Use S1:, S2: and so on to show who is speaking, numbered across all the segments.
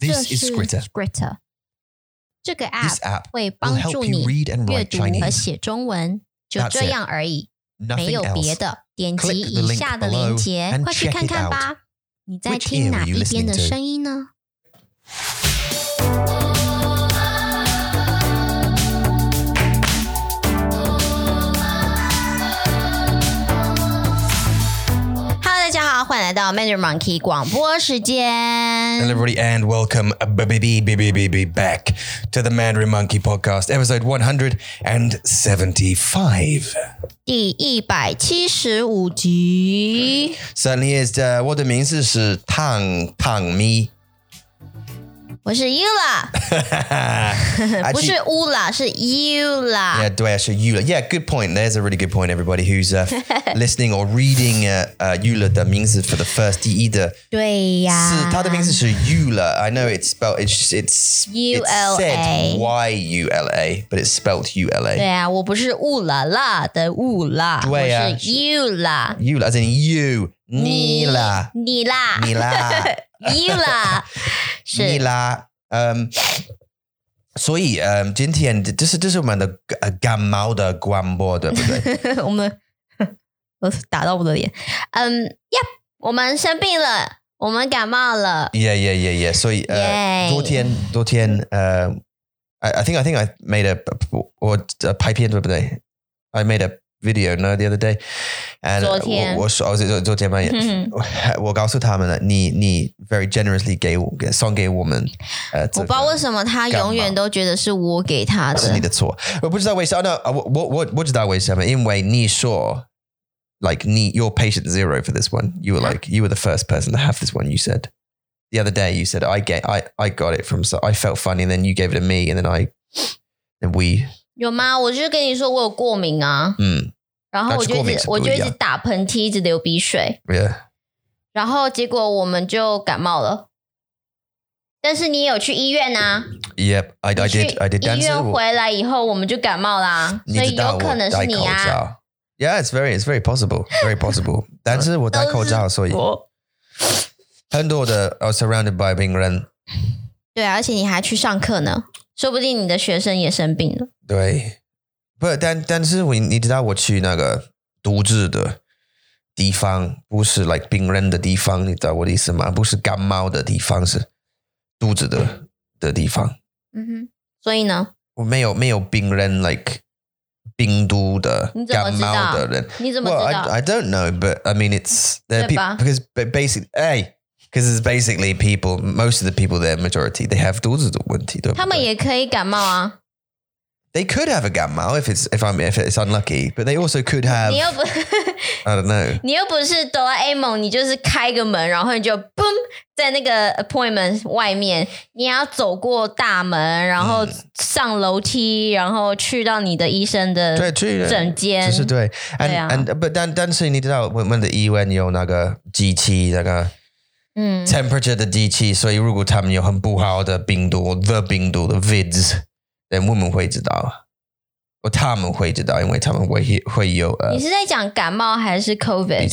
S1: This
S2: 这
S1: is
S2: 是
S1: Scritter.
S2: Scritter。这个
S1: This
S2: app
S1: app
S2: 会
S1: will
S2: 帮
S1: help
S2: 助
S1: you
S2: 你
S1: read and
S2: 阅
S1: write
S2: 读和
S1: Chinese.
S2: 写中文，就
S1: That's
S2: 这
S1: it.
S2: 样而已，没
S1: Nothing
S2: 有别
S1: else.
S2: 的。点
S1: Click
S2: 击
S1: the
S2: 以
S1: link
S2: 下的链
S1: below
S2: 接
S1: and，
S2: 快去
S1: check
S2: 看
S1: it
S2: 看
S1: out.
S2: 吧。你在
S1: Which
S2: 听
S1: ear
S2: 哪
S1: were you
S2: 一
S1: listening
S2: 边的
S1: to?
S2: 声音呢？Hello，大家好，欢迎来到 Magic Monkey 广播时
S1: Hello,
S2: 间。
S1: everybody, and welcome uh, b- b- b- b- b- b- back to the Mandarin Monkey Podcast, episode 175.
S2: 第一百七十五集，
S1: Certainly is. Uh, 我的名字是 Tang Tang Mi.
S2: 我是 Yula，不
S1: Actually,
S2: 是 Ula，是
S1: Yeah,
S2: Yula。
S1: Dwayne Yula. Yeah, good point. There's a really good point, everybody who's uh, listening or reading uh, uh, Yula 的名字 for the first 第一的
S2: 对呀，
S1: 是他的名字是 Yula. I know it's spelled it's it's it's
S2: ULA.
S1: said Y U L A, but it's spelled U L
S2: 对
S1: A.
S2: 啊，我不是雾啦啦的雾啦，我
S1: 对啊
S2: 是 you 啦，
S1: Yula as in you, Nila,
S2: 你啦
S1: Nila,
S2: you 啦，是
S1: Nila. Um, 所以，嗯，今天这是这是我们的呃感冒的广播，对不对？
S2: 我们， 我打到我的脸，嗯呀，我们生病了，我们感冒了，
S1: Yeah, yeah, yeah, yeah. So, uh,
S2: Yay.
S1: 昨天昨天呃、uh, I I think I think I made a 我拍片对不对？I made a video no the other day, and uh,
S2: 昨天。嗯。
S1: 我我说我是昨昨天半夜，我告诉他们了，你你 uh, very generously 给我送给我们，呃，
S2: 我不知道为什么他永远都觉得是我给他
S1: 是你
S2: 的，
S1: 的错，我不知道为什么。那我我我我知道为什么，因为你说，like 你 your patient zero for this one. You were like you were the first person to have this one. You said the other day. You said I get I I got it from. So I felt funny, and then you gave it to me, and then I and we hmm,
S2: 有吗？我就跟你说我有过敏啊，
S1: 嗯
S2: 然后我就
S1: 那是过
S2: 一
S1: 敏
S2: 直
S1: 是不
S2: 我就一
S1: 一
S2: 直
S1: 样
S2: 打喷嚏，一直流鼻水，
S1: yeah
S2: 然后结果我们就感冒了。但是你也有去医院呐、
S1: yep I I
S2: 你去
S1: did I did. 但
S2: 医
S1: 是
S2: 院
S1: 我
S2: 回来以后我们就感冒啦，
S1: 你
S2: 所
S1: 知
S2: 以
S1: 道
S2: 有
S1: 我
S2: 可能是
S1: 戴
S2: 你
S1: 口
S2: 啊。
S1: 罩。Yeah, it's very, it's very possible, very possible. 但是我戴口罩，所以
S2: 我
S1: 很多的 I was surrounded by 病人。
S2: 对啊，而且你还去上课呢，说不定你的学生也生病了。
S1: 对，不，但但是我你知道我去那个独自的地方，不是 like 病人的地方，你知道我的意思吗？不是感冒的地方，是肚子的的地方。
S2: 嗯哼，所以呢，
S1: 我没有没有病人 like 病毒的
S2: 你怎么
S1: 感
S2: 知道
S1: 冒的人。
S2: 你怎么
S1: Well,
S2: 知道
S1: I I don't know, but I mean it's there are
S2: 对吧
S1: people because but basically, hey, because it's basically people. Most of the people there, majority, they have 肚子的问题，对不对
S2: 他们也可以感冒啊？
S1: They could have a gamma if it's if I'm if it's unlucky, but they also could have
S2: 你又不，
S1: I don't know.
S2: 你又不是哆啦 A 梦，你就是开个门，然后你就嘣在那个 appointment 外面，你也要走过大门，然后上楼梯，然后去到你的医生的
S1: 对，去
S2: 诊间。
S1: 就是对。And
S2: 对啊。
S1: and but E 但但是你知道我们的医院有那个机器，那个
S2: 嗯，
S1: temperature 的机器，所以如果他们有很不好的病毒，the 病毒的
S2: 你
S1: vids，then我们会知道，他们会知道，因为他们会会有呃比赛。No,
S2: 是在讲感冒还是 COVID？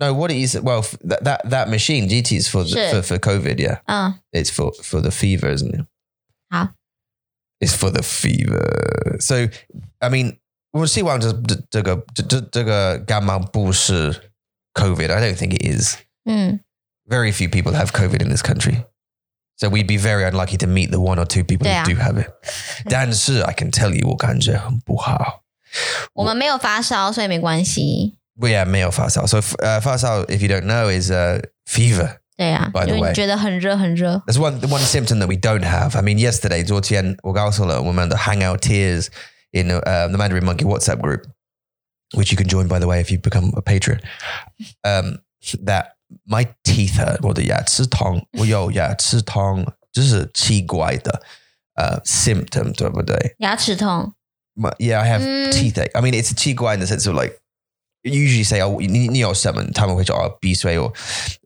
S1: what it is? Well, f- that that that machine GT is for the,
S2: 是。
S1: for for COVID. Yeah,
S2: 嗯，
S1: it's for for the fever, isn't it?
S2: 好。
S1: It's for the fever. So, I mean, 我希望这这这个这这这个感冒不是 uh, COVID. I don't think it is.
S2: 嗯，
S1: Very few people have COVID in this country. So we'd be very unlucky to meet the one or two people
S2: Yeah.
S1: who do have it. 但是 I can tell you 我感觉很不好。
S2: 我们没有发烧，所以没关系。
S1: Well, yeah, 没有发烧. So uh, 发烧, if you don't know, is uh, fever.
S2: 对呀、
S1: By
S2: 啊，
S1: the
S2: 因为
S1: way
S2: 你觉得很热很热。
S1: There's one the one symptom that we don't have. I mean, yesterday, 昨天我告诉了我们的 Hangout Tears in uh, the Mandarin Monkey WhatsApp group, which you can join, by the way, if you become a patron, um, that my teeth hurt. 我的牙齿痛，我有牙齿痛，这是奇怪的呃、uh, symptom，对不对？
S2: 牙齿痛，
S1: My, yeah, I have
S2: Mm.
S1: toothache. I mean, it's a qi guai in the sense of like, you usually say, oh, you need your semen, time which are be sway or,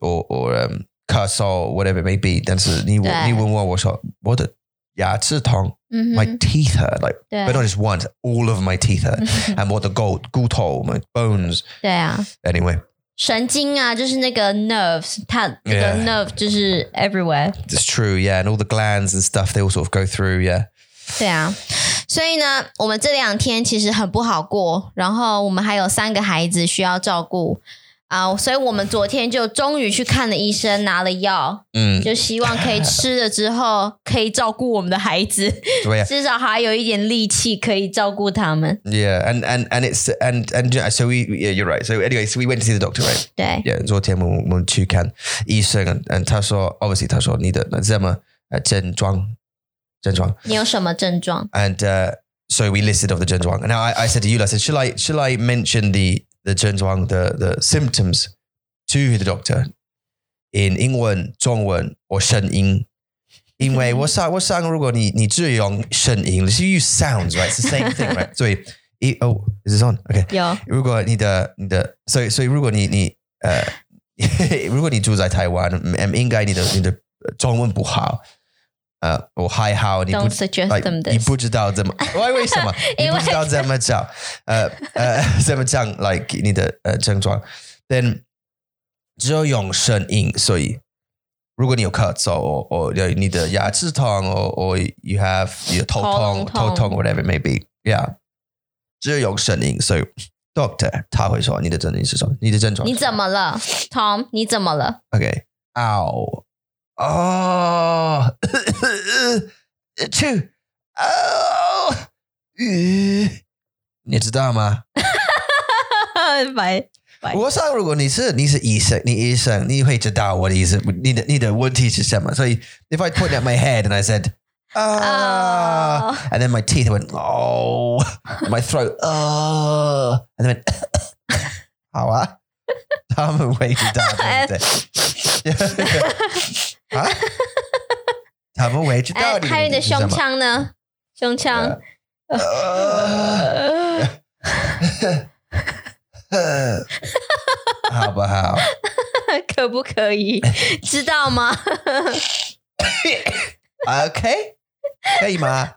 S1: or, or, um, curse or whatever it may be. Then so you
S2: Yeah.
S1: wouldn't want what's up. What the, yeah, it's a tongue.
S2: 嗯
S1: My
S2: 哼，
S1: teeth hurt, like,
S2: 对啊
S1: but not just once, all of my teeth hurt. and what the gold, gut hole, my bones.
S2: 对啊，
S1: Anyway,
S2: 神经啊，就是那个 nerves，它这个
S1: Yeah.
S2: nerve 就是 everywhere。
S1: It's true, yeah. And all the glands and stuff, they all sort of go through, yeah.
S2: 对啊，所以呢，我们这两天其实很不好过，然后我们还有三个孩子需要照顾啊，所以我们昨天就终于去看了医生，拿了药，
S1: Mm.
S2: 就希望可以吃了之后可以照顾我们的 孩子，
S1: So, yeah.
S2: 至少还有一点力气可以照顾他们。
S1: Yeah, and and and it's and and yeah, so we yeah, you're right. So anyway, so we went to see the doctor, right?
S2: 对
S1: Yeah, 昨天我们我们去看医生，and 他说 obviously 他说你的那什么呃症状症状，and
S2: 你有什么症状？
S1: uh, so we listed off the 症状. And now I, I said to you, I said, shall I shall I mention the the 症状 the the symptoms to the doctor in 英文、中文 or 声音？因为我想我想，如果你你只用声音，you use sounds right, it's the same thing right. 所以一 oh is this on okay.
S2: 有
S1: 如果你的你的，所以所以如果你你呃， 如果你住在台湾，嗯，应该你的你的中文不好，呃，我还好，你不
S2: ，Don't suggest
S1: like
S2: them
S1: 你
S2: this。
S1: 不知道怎么，为为什么
S2: 因
S1: 你
S2: 为
S1: 不知道怎么讲，呃呃，怎么讲，like 你的呃症状，then 只有用声音，所以。如果你有咳嗽，或或有你的牙齿痛，或或 you have 有头
S2: 喉
S1: 痛、
S2: 咙
S1: 头
S2: 痛
S1: 痛，whatever it may be，yeah，只有用声音，所以 doctor 他会说你的症状是什么，你的症状是
S2: 你
S1: 什么
S2: 怎么了，Tom？你怎 么了？
S1: Okay. Ow. Oh. Two. Oh. 你知道吗？
S2: 白
S1: 我想，如果你是你是医生，你医生你会知道我的意思，你的你的问题是什么。所以，if I put at my head and I said, ah,
S2: Oh.
S1: and then my teeth went, oh, my throat, oh, and then went, 好啊， 他们会知道对不 对？啊，他们会知道
S2: 哎，
S1: 的。
S2: 还有你的胸腔呢？胸腔，
S1: 呃，
S2: 呃
S1: 好不好？
S2: 可不可 以？知道吗？
S1: OK，可以吗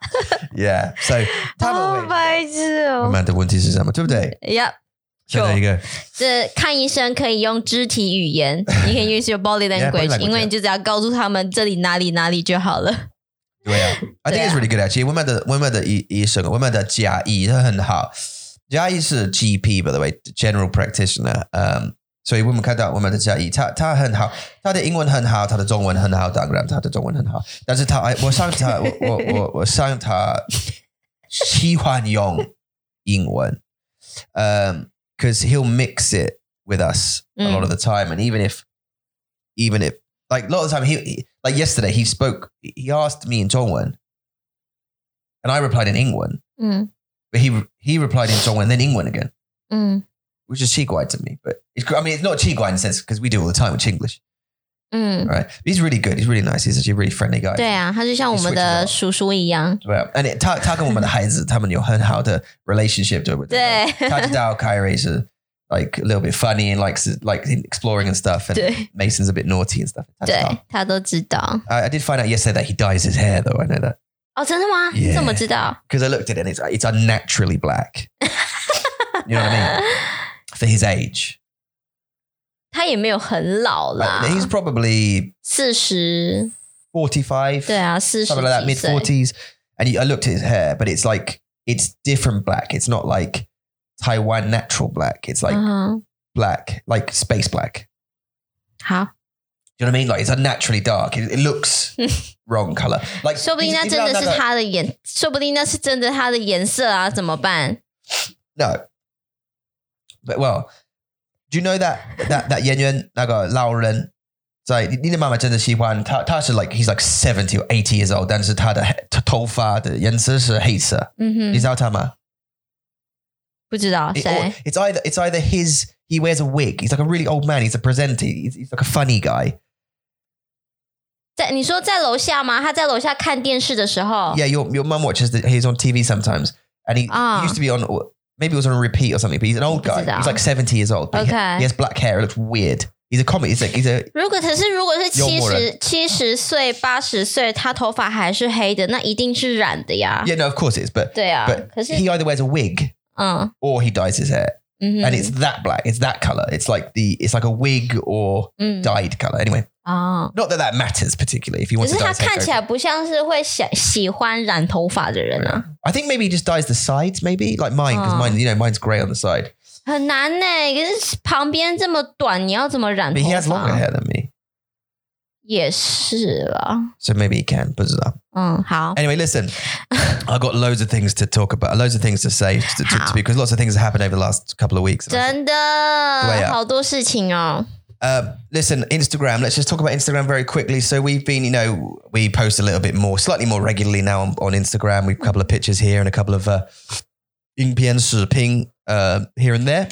S1: ？Yeah，所以他
S2: 好
S1: 们会。
S2: 哦白痴
S1: 我
S2: 哦！
S1: 们的问题是什么？对不对？
S2: 呀，
S1: 就一个
S2: 这看医生可以用肢体语 言，you can use your body
S1: Yeah, body
S2: language，
S1: language，
S2: 因为你就只要告诉他们这里哪里哪里就好了。
S1: 对啊，I think it's really good actually。我们的我们的医医生，我们的家医他很好，家医是 GP by the way，general practitioner。嗯，Um, 所以我们看到我们的家医，他他很好，他的英文很好，他的中文很好，当然他的中文很好，但是他哎，我上他我我我我上他喜欢用英文，嗯，because he'll mix it with us a lot of the time, and even if even if like a lot of the time he- he like yesterday he spoke he asked me in Dongwon and I replied in Ingwen
S2: 嗯
S1: but he he replied in Dongwon and then Ingwen again
S2: 嗯
S1: which is Chiguai to me but it's, I mean it's not Chiguai in a sense because we do all the time with Chinglish
S2: 嗯，
S1: right but he's really good he's really nice he's actually a really friendly guy
S2: 对啊，他就像我们的叔叔一样。
S1: 对啊 and it, 他-他跟我们的孩子，他们有很好的 relationship 对不对？
S2: 对
S1: 他知道 Kyrie 是 like a little bit funny and likes like exploring and stuff and
S2: 对
S1: Mason's a bit naughty and stuff 他知道。
S2: 对，他都知道。
S1: I, I did find out yesterday that he dyes his hair though I know that
S2: 哦，真的吗？
S1: Yeah
S2: 你怎么知道？
S1: because I looked at it and it's it's unnaturally black. you know what I mean? For his age,
S2: 他也没有很老
S1: Like,
S2: 啦，
S1: he's probably
S2: 四十。
S1: forty-five,
S2: 对啊，四十
S1: something like that,
S2: 几
S1: mid
S2: 岁。
S1: forties. And he, I looked at his hair, but it's like it's different black. It's not like Taiwan natural black. It's like
S2: 嗯哼，
S1: black, like space black.
S2: 好，
S1: Do you know what I mean? Like it's unnaturally dark. It, it looks wrong color. Like
S2: 说不定那
S1: even
S2: 真
S1: though
S2: 的是
S1: that-
S2: 他的颜，说不定那是真的他的颜色啊，怎么办？
S1: No. But well, do you know that that that Yen Yuan Naga Lao Ren? So Nina Mama Chen Xi Huan Tasha like he's like seventy or eighty years old, then Tada Tofa the Yen Sisha Hisa.
S2: 嗯哼，
S1: Is Tama?
S2: 不知道
S1: It- or-
S2: 谁
S1: It's either it's either his he wears a wig. He's like a really old man. He's a presenter. He's, he's like a funny guy.
S2: 在你说在楼下吗？他在楼下看电视的时候
S1: Yeah, your your mum watches. The, he's on TV sometimes, and he, he
S2: Ah.
S1: used to be on. Maybe it was on repeat or something. But he's an old guy.
S2: Puts it
S1: He's like seventy years old. But he-
S2: Okay.
S1: he has black hair. It looks weird. He's a comic. He's like he's a
S2: 如果可是如果是
S1: 幽
S2: 七
S1: 默
S2: 十
S1: 人
S2: 七十岁八十岁，他头发还是黑的，那一定是染的呀。
S1: Yeah, no, of course it is. But
S2: 对啊，
S1: but
S2: 可是
S1: he either wears a wig
S2: 嗯
S1: or he dyes his hair.
S2: 嗯
S1: and it's that black. It's that color. It's like the it's like a wig or
S2: 嗯
S1: dyed color. Anyway,
S2: 哦，
S1: not that that matters particularly. If he
S2: 只
S1: wants
S2: 是
S1: to dye
S2: 他
S1: his hair
S2: 看
S1: gold.
S2: 起来不像是会喜喜欢染头发的人啊，
S1: I think maybe he just dyes the sides, maybe like mine, because
S2: Oh.
S1: mine, you know, mine's grey on the side.
S2: 很难呢、可是旁边这么短，你要怎么染
S1: But
S2: 头
S1: he has longer
S2: 发？
S1: hair than me,
S2: 也是啦，
S1: so maybe he can. But uh,
S2: 嗯，好，
S1: anyway, listen, I've got loads of things to talk about, loads of things to say, to, to, to-
S2: How?
S1: because lots of things have happened over the last couple of weeks. and I
S2: 真
S1: 对
S2: 的
S1: 啊
S2: 好多事情哦，
S1: Uh, listen, Instagram. Let's just talk about Instagram very quickly. So we've been, you know, we post a little bit more, slightly more regularly now on, on Instagram. We've a couple of pictures here and a couple of uh, Ping Ping uh, here and there.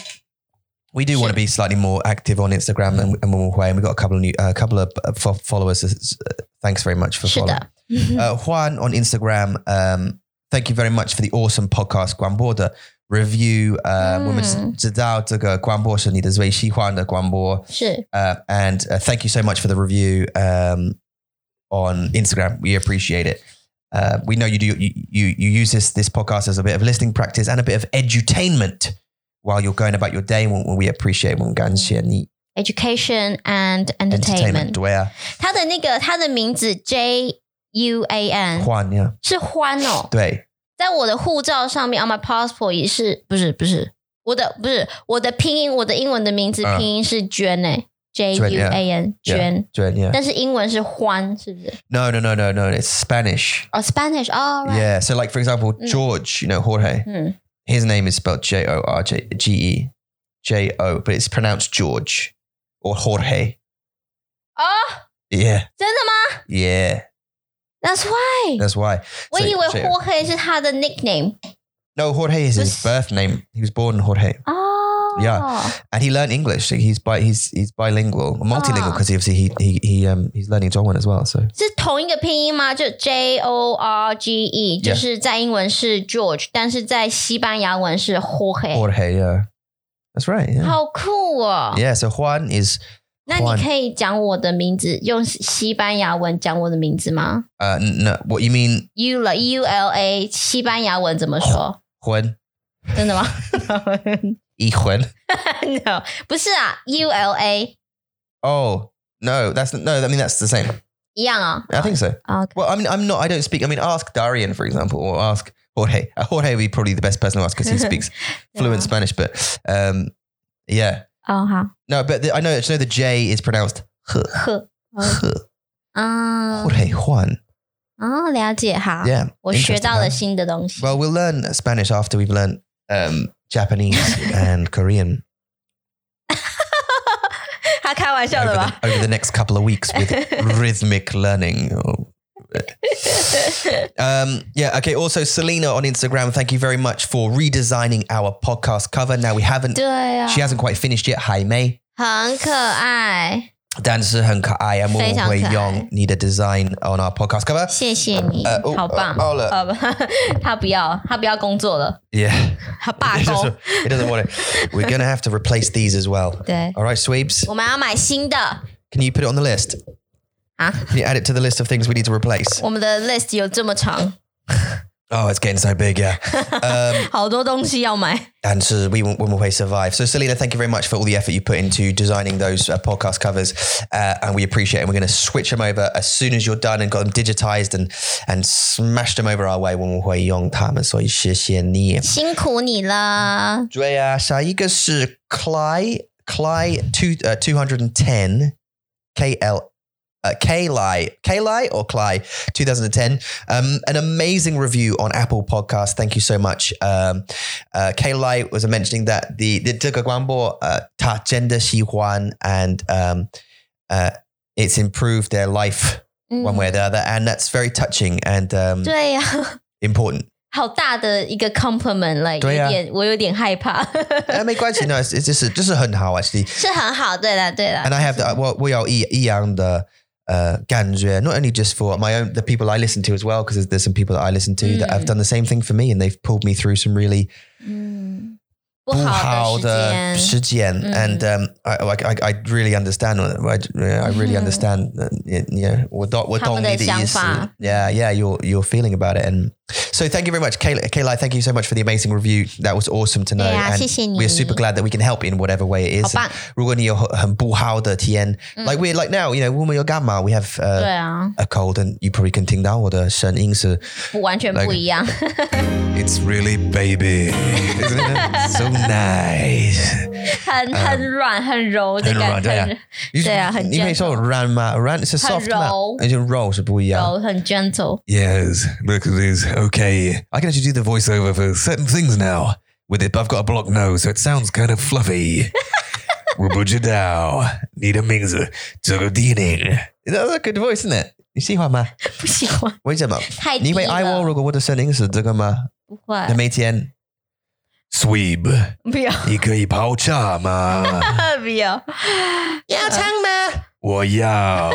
S1: We do
S2: Sure.
S1: want to be slightly more active on Instagram than, than when we're away, and we've got a couple of new, a couple of uh, fo- followers. Uh, Thanks very much for
S2: 是
S1: following.
S2: 的，
S1: Uh, Juan on Instagram. Um, thank you very much for the awesome podcast, Guan Border review. Uh,
S2: 嗯。
S1: 我们知道这个广播是你的最喜欢的广播。
S2: 是，
S1: uh, and uh, thank you so much for the review um, on Instagram. We appreciate it. Uh, we know you do you, you you use this this podcast as a bit of listening practice and a bit of edutainment while you're going about your day. We, we appreciate 我们感谢你
S2: education and
S1: entertainment.
S2: entertainment。
S1: 对啊，
S2: 他的那个他的名字 J U A N 是欢哦，在我的护照上面，on my passport 也是，不是不是我的不是我的拼音，我的英文的名字
S1: 嗯
S2: 拼音是娟诶、j U A N 娟，但是英文是欢，是不是？
S1: No, no, no, no, no. It's Spanish.
S2: 哦、s p a n i s h 哦、right、
S1: Yeah. So, like for example,
S2: Mm. Hmm.
S1: George. You know, Jorge.
S2: 嗯
S1: His name is spelled J O R J G E J O, but it's pronounced George or Jorge.
S2: 哦
S1: Yeah.
S2: 真的吗
S1: Yeah.
S2: ？That's why，
S1: That's why.
S2: 我以为
S1: J-
S2: 霍黑是他的 nickname
S1: No, Jorge is his
S2: Was-
S1: birth name. He was born Jorge,
S2: 哦、
S1: Yeah. and he learned English. So he's bi- he's he's bilingual, multilingual
S2: Ah.
S1: because obviously he he he um he's learning Zhongwen as well. So
S2: 是同一个拼音吗？就 J O R G E，
S1: Yeah
S2: 就是在英文是 George，但是在西班牙文是 Jorge，
S1: Jorge, yeah, that's right. Yeah,
S2: 好酷哦！
S1: yeah. So Juan is
S2: 那你可以讲我的名字，用西班牙文讲我的名字吗
S1: uh n- no. What you mean,
S2: ？U 了 U L A，西班牙文怎 么说？
S1: Juan?
S2: 真的吗
S1: E Juan?
S2: ？No，不是啊，U L A
S1: Oh no, that's no. I mean that's the same.
S2: 一样啊。
S1: I think so.
S2: 啊
S1: Well, I mean I'm not. I don't speak. I mean ask Darian for example, or ask Jorge. Uh, Jorge would be probably the best person to ask because he speaks fluent
S2: Yeah.
S1: Spanish. But um, yeah.
S2: 啊哦，好
S1: No, but the, I know. I know the J is pronounced. H,
S2: 呵 哦 Oh.
S1: h.
S2: 啊
S1: Jorge Juan.
S2: 啊，了解好，
S1: Yeah.
S2: 我学到了
S1: interesting,
S2: 新的东西
S1: huh?。Well, we'll learn Spanish after we've learned um, Japanese and Korean
S2: 他开玩笑
S1: over
S2: 的
S1: the,
S2: 吧？
S1: over the next couple of weeks with rhythmic learning. Oh. Um, yeah. Okay. Also, Selena on Instagram. Thank you very much for redesigning our podcast cover. Now we haven't.
S2: 对啊，
S1: She hasn't quite finished yet. Hi May.
S2: 很可爱，非常可爱。
S1: need a design on our podcast cover.
S2: 谢谢你，
S1: 呃哦
S2: 好棒。
S1: 哦了
S2: 好吧， 他不要，他不要工作了，
S1: Yeah.
S2: 他罢
S1: It
S2: 工
S1: doesn't,。it doesn't want it. We're going to have to replace these as well.
S2: 对，
S1: All right, Sweeps.
S2: 我们要买新的
S1: Can you put it on the list?
S2: 啊！
S1: Can you add it to the list of things we need to replace?
S2: 我们的 list 有这么长，
S1: Oh, it's getting so big, yeah. Um,
S2: 好多东西要买。
S1: and so we will, we will survive. So, Selena, thank you very much for all the effort you put into designing those uh, podcast covers, uh, and we appreciate it. And we're going to switch them over as soon as you're done and got them digitized and and smashed them over our way. 我们会用它们，所以谢谢你。
S2: 辛苦你了，
S1: 对啊，下一个是 Cly Cly two uh, two hundred and ten K L uh, K Lie K Lie or Cly two thousand and ten. Um, an amazing review on Apple Podcast. Thank you so much. Um, uh, K Lie was mentioning that the the 这个广播 uh 他真的喜欢 and um uh it's improved their life
S2: 嗯
S1: one way or the other, and that's very touching and um
S2: 对呀、
S1: important.
S2: 好大的一个 compliment 了，有
S1: 对呀
S2: 点我有点害怕，
S1: Uh, 没关系, no, it's, it's just it's just 很好 actually.
S2: 是很好，对了对了
S1: and I have that. Well, we are Yang the uh, Ganjue, not only just for my own, the people I listen to as well, because there's, there's some people that I listen to that have
S2: Mm.
S1: done the same thing for me, and they've pulled me through some really
S2: 嗯，不好的
S1: bullhao
S2: 时间，
S1: shijian,
S2: Mm.
S1: and um, I, like, I, I really understand. what- I, I really
S2: Mhm.
S1: understand. that, You know, 我懂-我懂你的意思。
S2: 他们的想法。
S1: yeah, yeah, your your feeling about it, and So thank you very much, Kayla. Kayla, thank you so much for the amazing review. That was awesome to know.
S2: 对啊
S1: and
S2: 谢谢你
S1: we're super glad that we can help in whatever way it
S2: 好
S1: is.
S2: 棒，
S1: 如果你有很不好的体验，
S2: 嗯。
S1: like we're like now, you know, 我们有感冒 we have
S2: 对
S1: uh,
S2: 啊，
S1: a cold, and you probably can 听到我的声音是
S2: 不完全不一样。
S1: It's really baby, isn't it? so nice.
S2: 很很软很柔的感觉，
S1: 嗯很软你
S2: 对啊，很
S1: 你可以
S2: gentle
S1: 说 run 吗？run 是 soft 吗
S2: 柔？
S1: 而且 roll 是不一样。
S2: 柔很 gentle。
S1: Yes, look at this. Okay, I can actually do the voiceover for certain things now with it, but I've got a blocked nose, so it sounds kind of fluffy. 我不知道你的名字，这个地名。That's a good voice, isn't it? 你喜欢吗？
S2: 不喜欢，
S1: 为什么？
S2: 太低
S1: 你以为
S2: 了
S1: I will 如果我的声音是这个吗？
S2: 不会，
S1: 那每天 sweep，
S2: 不要
S1: 你可以泡茶吗？
S2: 不要， 要唱吗？
S1: 我要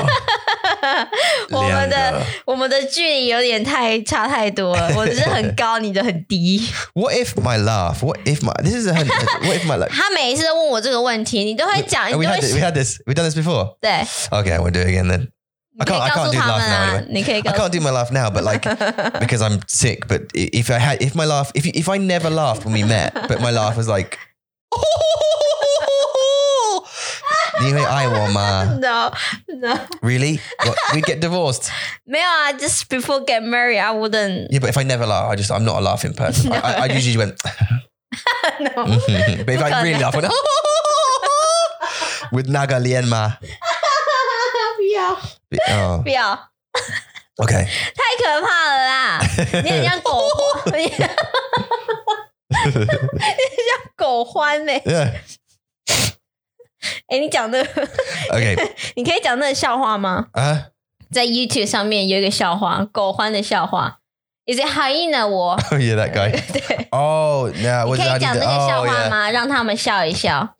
S2: 我们
S1: 两个
S2: 的我们的距离有点太差太多了，我的是很高，你的很低。
S1: What if my laugh? What if my this is a hun- what if my laugh?
S2: 他每一次都问我这个问题， 你都会讲，你
S1: And
S2: 都
S1: we
S2: 会
S1: had this, we had this we done this before.
S2: 对，
S1: Okay, I won't do it again then.
S2: 你可
S1: I
S2: 以
S1: can't- I
S2: 告
S1: can't
S2: 诉
S1: do
S2: 他们
S1: laugh
S2: 啊
S1: now，
S2: 你可以
S1: I
S2: 告诉
S1: can't do my laugh now, but like because I'm sick. But i- if I had if my laugh if if I never laughed when we met, but my laugh was like. Anyway, I want ma.
S2: no no
S1: Really? What, we'd get divorced.
S2: 没有啊，just before get married I wouldn't
S1: Yeah, but if I never laugh, I just I'm not a laughing person. I, I, I usually went.
S2: no
S1: but if I really laugh, I went, with Naga Lienma.
S2: 不要
S1: Oh,
S2: 不要。
S1: okay.
S2: 太可怕了啦！你很像狗欢，你你很像狗欢呢、 欸。
S1: Yeah.
S2: 哎、你讲的，
S1: Okay.
S2: 你可以讲那个笑话吗？
S1: Uh,
S2: 在 YouTube 上面有一个笑话，狗欢的笑话。Is it hyena 我？
S1: oh yeah, that guy.
S2: 对，
S1: Oh no,
S2: 你
S1: was
S2: 可
S1: it? I did
S2: 以讲那
S1: the-
S2: 个笑
S1: oh
S2: 话
S1: yeah.
S2: 吗？让他们笑一笑。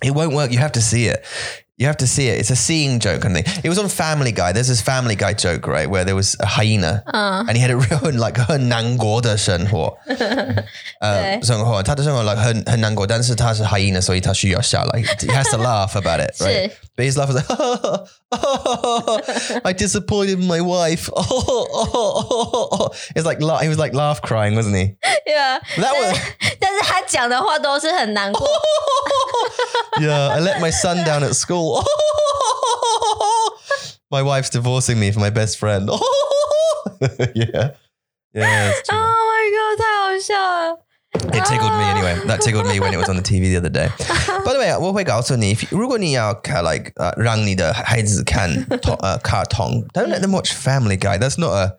S1: It won't work. You have to see it. You have to see it. It's a seeing joke, and it was on Family Guy. There's this Family Guy joke, right, where there was a hyena.
S2: 嗯，
S1: And he had a real like 很难过的生活，呃、
S2: 对。
S1: 生活，他的生活like 很很难过，但是他是hyena，所以他需要笑，like he has to laugh about it, right?
S2: 是
S1: But his laugh is like, I disappointed my wife. It's like la- he was like laugh crying, wasn't he?
S2: ，Yeah。
S1: That
S2: 但
S1: was
S2: 是啊但是他讲的话都是很难 过，
S1: yeah, I let my son down at school. my wife's divorcing me for my best friend. yeah. Yeah. it's
S2: Oh
S1: true.
S2: my god，太好笑了。
S1: It tickled me anyway. That tickled me when it was on the TV the other day. By the way, uh, 我会告诉你，if- 如果你要看 like 呃让你的孩子看 to- 呃 cartoon, don't let them watch Family Guy. That's not a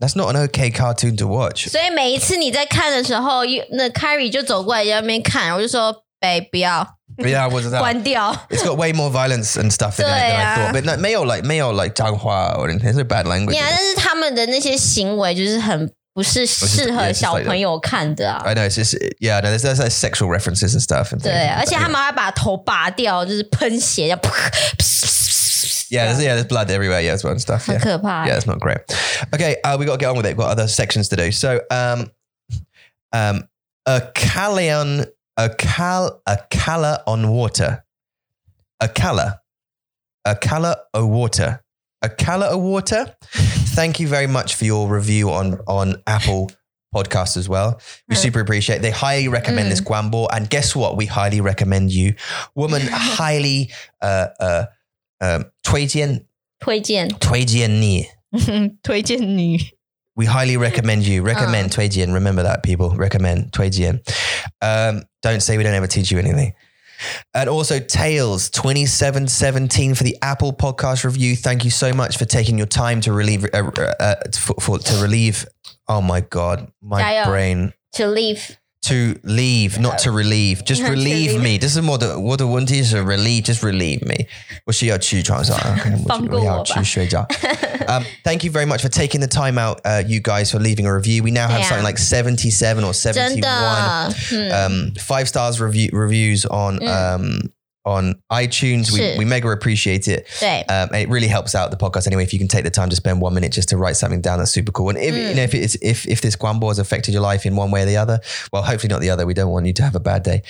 S1: that's not an okay cartoon to watch.
S2: 所以每一次你在看的时候，又那 Carrie 就走过来在那边看，我就说：“北不要
S1: But yeah, was that?
S2: 关掉。
S1: It's got way more violence and stuff in it than I
S2: 对啊。
S1: thought. But no, 没有 like 没有 like 脏话 or anything. It's a bad ” language.
S2: 啊呀，但是他们的那些行为就是很不是适合小朋友看的啊。
S1: I know it's just yeah. No, there's, there's like sexual references and stuff. And
S2: 对
S1: things.，
S2: 而
S1: But
S2: 且他
S1: yeah. Oh,
S2: 们还把头拔掉，就是喷血，要噗噗噗
S1: yeah, there's, yeah, there's blood everywhere. Yeah, as well and stuff.
S2: 很
S1: Yeah,
S2: 可怕
S1: yeah,
S2: 欸。
S1: it's not great. Okay, uh, we got to get on with it. We've got other sections to do. So, um, um, a callion, a cal, a calla on water, a calla, a calla o water, a calla o water. Thank you very much for your review on on Apple podcast as well. We
S2: Mm.
S1: super appreciate. It. They highly recommend this Guambo, and guess what? We highly recommend you, woman. highly, uh, uh, um, 推荐
S2: 推荐，
S1: 推荐你.
S2: 推荐你
S1: We highly recommend you. Recommend
S2: Oh.
S1: 推荐. Remember that, people. Recommend 推荐. Um, don't say we don't ever teach you anything. And also Tales 2717 for the Apple podcast review. Thank you so much for taking your time to relieve uh, uh, for, for, to relieve. Oh my god, my
S2: 加油。
S1: brain
S2: to leave。
S1: to leave, not to relieve. Just
S2: To
S1: relieve
S2: leave.
S1: me. This is more the what the one is relieve. Just relieve me. 我需要去床上，我要去睡觉。um, thank you very much for taking the time out, uh, you guys, for leaving a review. We now have
S2: Yeah.
S1: something like seventy-seven or
S2: 真
S1: seventy-one
S2: 的，嗯，
S1: um, five stars review reviews on um, on iTunes. We,
S2: 是。
S1: we mega appreciate it.
S2: 对，
S1: Um, and it really helps out the podcast anyway. If you can take the time to spend one minute just to write something down, that's super cool. And if you know if it's if if this guambo has affected your life in one way or the other, well, hopefully not the other. We don't want you to have a bad day.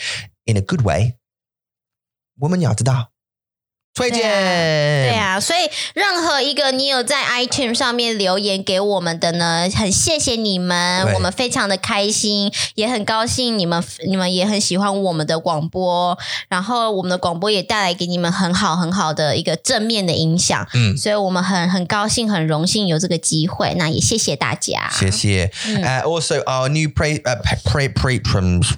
S1: In a good way, woman yada da. 推荐。嗯
S2: 对啊，所以任何一个你有在 iTunes 上面留言给我们的呢，很谢谢你们
S1: 对，
S2: 我们非常的开心，也很高兴你们你们也很喜欢我们的广播，然后我们的广播也带来给你们很好很好的一个正面的影响，
S1: 嗯，
S2: 所以我们很很高兴很荣幸有这个机会，那也谢谢大家，
S1: 谢谢。Uh, also, our new pra- uh, pa- pra- patrons,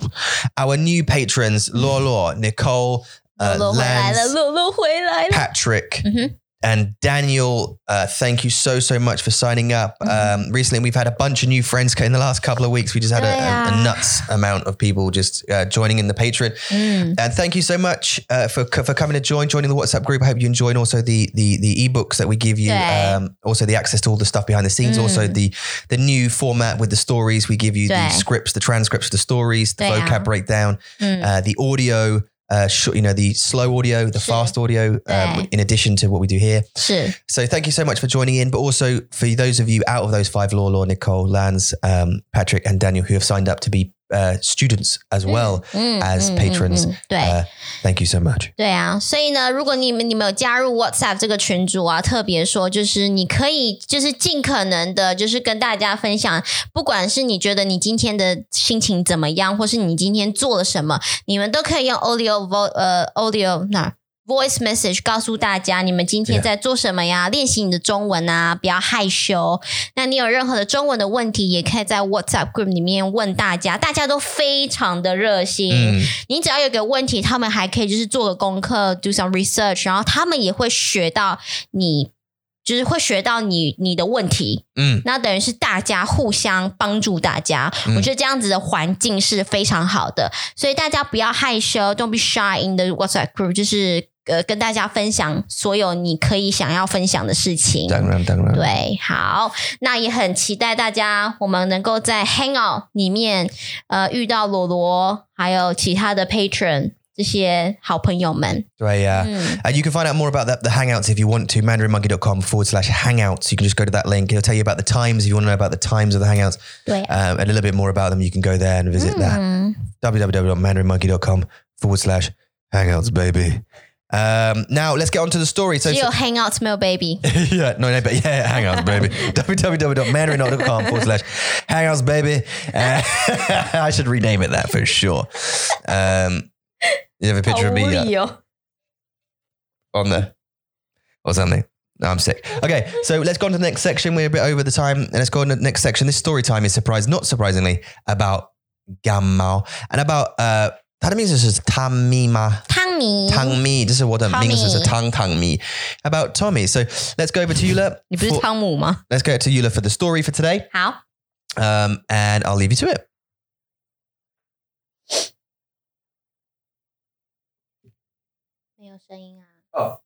S1: our new patrons, Lolo, Nicole,
S2: 露
S1: uh,
S2: 露回来了，
S1: Lance,
S2: 露露回来了，
S1: Patrick,
S2: 嗯哼。
S1: and Daniel, uh, thank you so so much for signing up. Um, recently, we've had a bunch of new friends in the last couple of weeks. We just had a, a,
S2: Yeah.
S1: a nuts amount of people just uh, joining in the Patreon,
S2: 嗯，
S1: and thank you so much uh, for for coming to join joining the WhatsApp group. I hope you enjoyed also the the the ebooks that we give you,
S2: Right.
S1: um, also the access to all the stuff behind the scenes, also
S2: Mm.
S1: the the new format with the stories. We give you the
S2: Right.
S1: scripts, the transcripts, of the stories, the
S2: Yeah.
S1: vocab breakdown,
S2: 嗯，
S1: uh, the audio. Uh, sh- you know the slow audio, the
S2: Mm. Sure.
S1: fast audio, um,
S2: Right.
S1: in addition to what we do here.
S2: 是
S1: So thank you so much for joining in, but also for those of you out of those five, Law, Law, Nicole, Lance, um, Patrick, and Daniel, who have signed up to be uh, students as
S2: Mm.
S1: well.
S2: 嗯
S1: As
S2: 嗯嗯
S1: patrons,
S2: 嗯对。
S1: Uh, thank you so much.
S2: 对啊，所以呢，如果你们你们有加入 WhatsApp 这个群组啊，特别说就是你可以就是尽可能的，就是跟大家分享，不管是你觉得你今天的心情怎么样，或是你今天做了什么，你们都可以用 audio vo 呃 audio 那、voice message 告诉大家你们今天
S1: Yeah.
S2: 在做什么呀练习你的中文啊，不要害羞。那你有任何的中文的问题，也可以在 WhatsApp group 里面问大家，大家都非常的热心。
S1: Mm.
S2: 你只要有个问题，他们还可以就是做个功课，do some research，然后他们也会学到你，就是会学到你你的问题。
S1: Mm.
S2: 那等于是大家互相帮助大家，
S1: 嗯
S2: 我觉得这样子的环境是非常好的，所以大家不要害羞，don't be shy in the WhatsApp group，就是呃跟大家分享所有你可以想要分享的事情。
S1: Dang round, dang round.
S2: 对，好，那也很期待大家，我们能够在 Hangout 里面，呃，遇到罗罗，还有其他的 Patron 这些好朋友们。
S1: Right, yeah.
S2: 嗯，
S1: uh, And you can find out more about that, the Hangouts if you want to, mandarinmonkey.com forward slash Hangouts. You can just go to that link. It'll tell you about the times if you want to know about the times of the Hangouts
S2: 对啊，
S1: um, and a little bit more about them. You can go there and visit that.
S2: 嗯，
S1: www.mandarinmonkey.com forward slash Hangouts, baby. Um, now let's get on to the story. So,
S2: 只有 Hangout 没有 Baby。
S1: yeah, no, no, but yeah, Hangouts, baby. www.mandarinmonkey.com forward slash Hangouts, baby. Uh, I should rename it that for sure. Um, you have a
S2: 好
S1: picture of
S2: 无
S1: me uh,
S2: 理哦，
S1: on there or something. No, I'm sick. Okay, so let's go on to the next section. We're a bit over the time, and let's go on to the next section. This story time is surprised, not surprisingly, about gammao and about uh, that means this is tamima.
S2: 汤米，
S1: Tang me. This is what that means. This is a tang
S2: Tommy.
S1: tang me about Tommy. So let's go over to Eula.
S2: 你不是
S1: for-
S2: 汤姆吗？
S1: let's go to Eula for the story for today.
S2: 好，
S1: Um, and I'll leave you to it.
S2: 没有声音啊。
S1: 哦。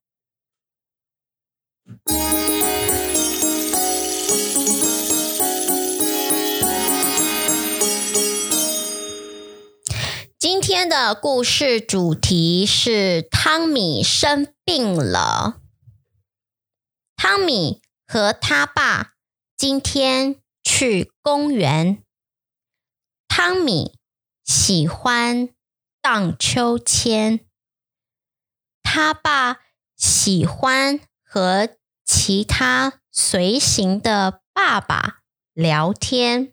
S2: 今天的故事主题是汤米生病了。汤米和他爸今天去公园。汤米喜欢荡秋千，他爸喜欢和其他随行的爸爸聊天。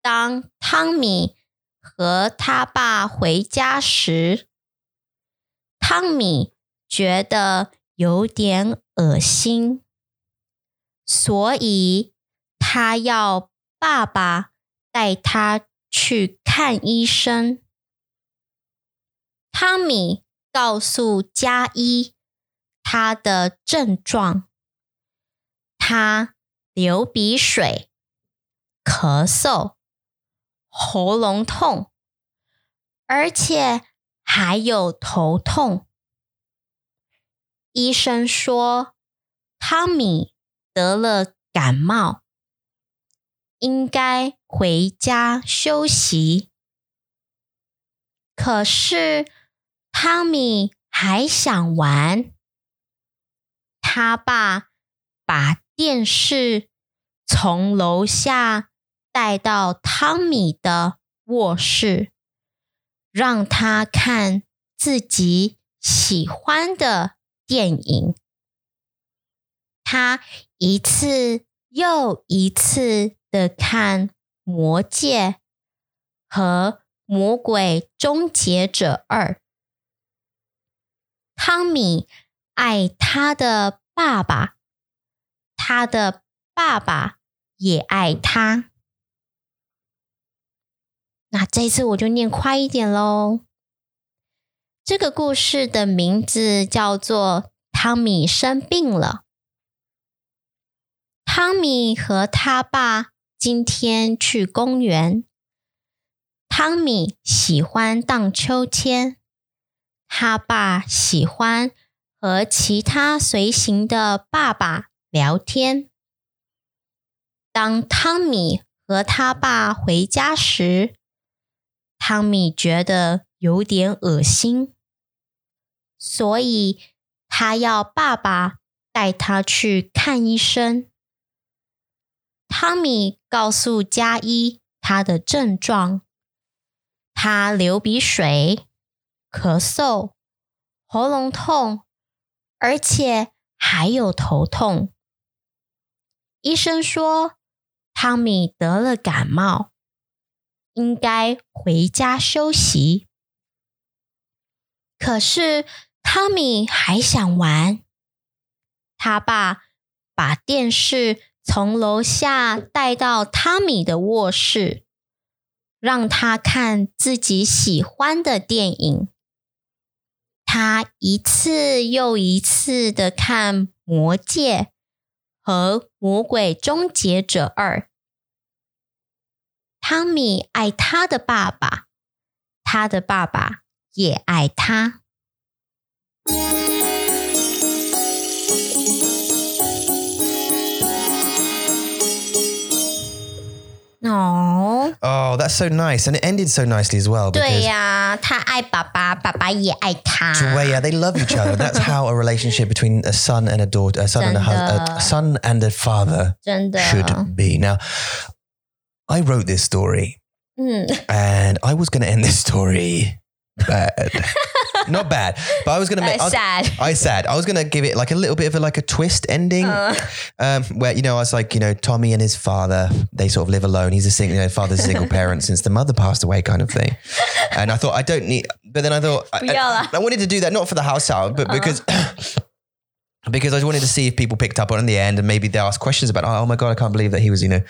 S2: 当汤米和他爸回家时，汤米觉得有点恶心，所以他要爸爸带他去看医生。汤米告诉加一他的症状，他流鼻水、咳嗽、喉咙痛，而且还有头痛。医生说，汤米得了感冒，应该回家休息。可是汤米还想玩，他爸把电视从楼下带到汤米的卧室，让他看自己喜欢的电影，他一次又一次的看《魔戒》和《魔鬼终结者二》。汤米爱他的爸爸，他的爸爸也爱他。那这一次我就念快一点喽。这个故事的名字叫做《汤米生病了》。汤米和他爸今天去公园。汤米喜欢荡秋千，他爸喜欢和其他随行的爸爸聊天。当汤米和他爸回家时，汤米觉得有点恶心，所以他要爸爸带他去看医生。汤米告诉加一他的症状：他流鼻水、咳嗽、喉咙痛，而且还有头痛。医生说，汤米得了感冒。应该回家休息。可是汤米还想玩，他爸把电视从楼下带到汤米的卧室，让他看自己喜欢的电影。他一次又一次的看《魔戒》和《魔鬼终结者二》。汤米爱他的爸爸，他的爸爸也爱他。哦，
S1: Oh, that's so nice. And it ended so nicely as well.
S2: 对
S1: because
S2: 呀、他爱爸爸，爸爸也爱他。
S1: Dwaya, they love each other. That's how a relationship between a son and a daughter, a son and a husband,
S2: Gender.
S1: a son and a father
S2: 真的，
S1: should be. Now, I wrote this story
S2: 嗯，
S1: and I was going to end this story bad. Not bad, but I was going to make. I,
S2: 很 sad。
S1: I said I was going to give it like a little bit of a, like a twist ending,
S2: 嗯
S1: um, where you know I was like you know Tommy and his father they sort of live alone. He's a single, you know, father's a single parent since the mother passed away, kind of thing. And I thought I don't need, but then I thought I-
S2: 不要啦
S1: I, I wanted to do that not for the house out, but because. Because I wanted to see if people picked up on it in the end, and maybe they asked questions about, oh, oh my god, I can't believe that he was, you know,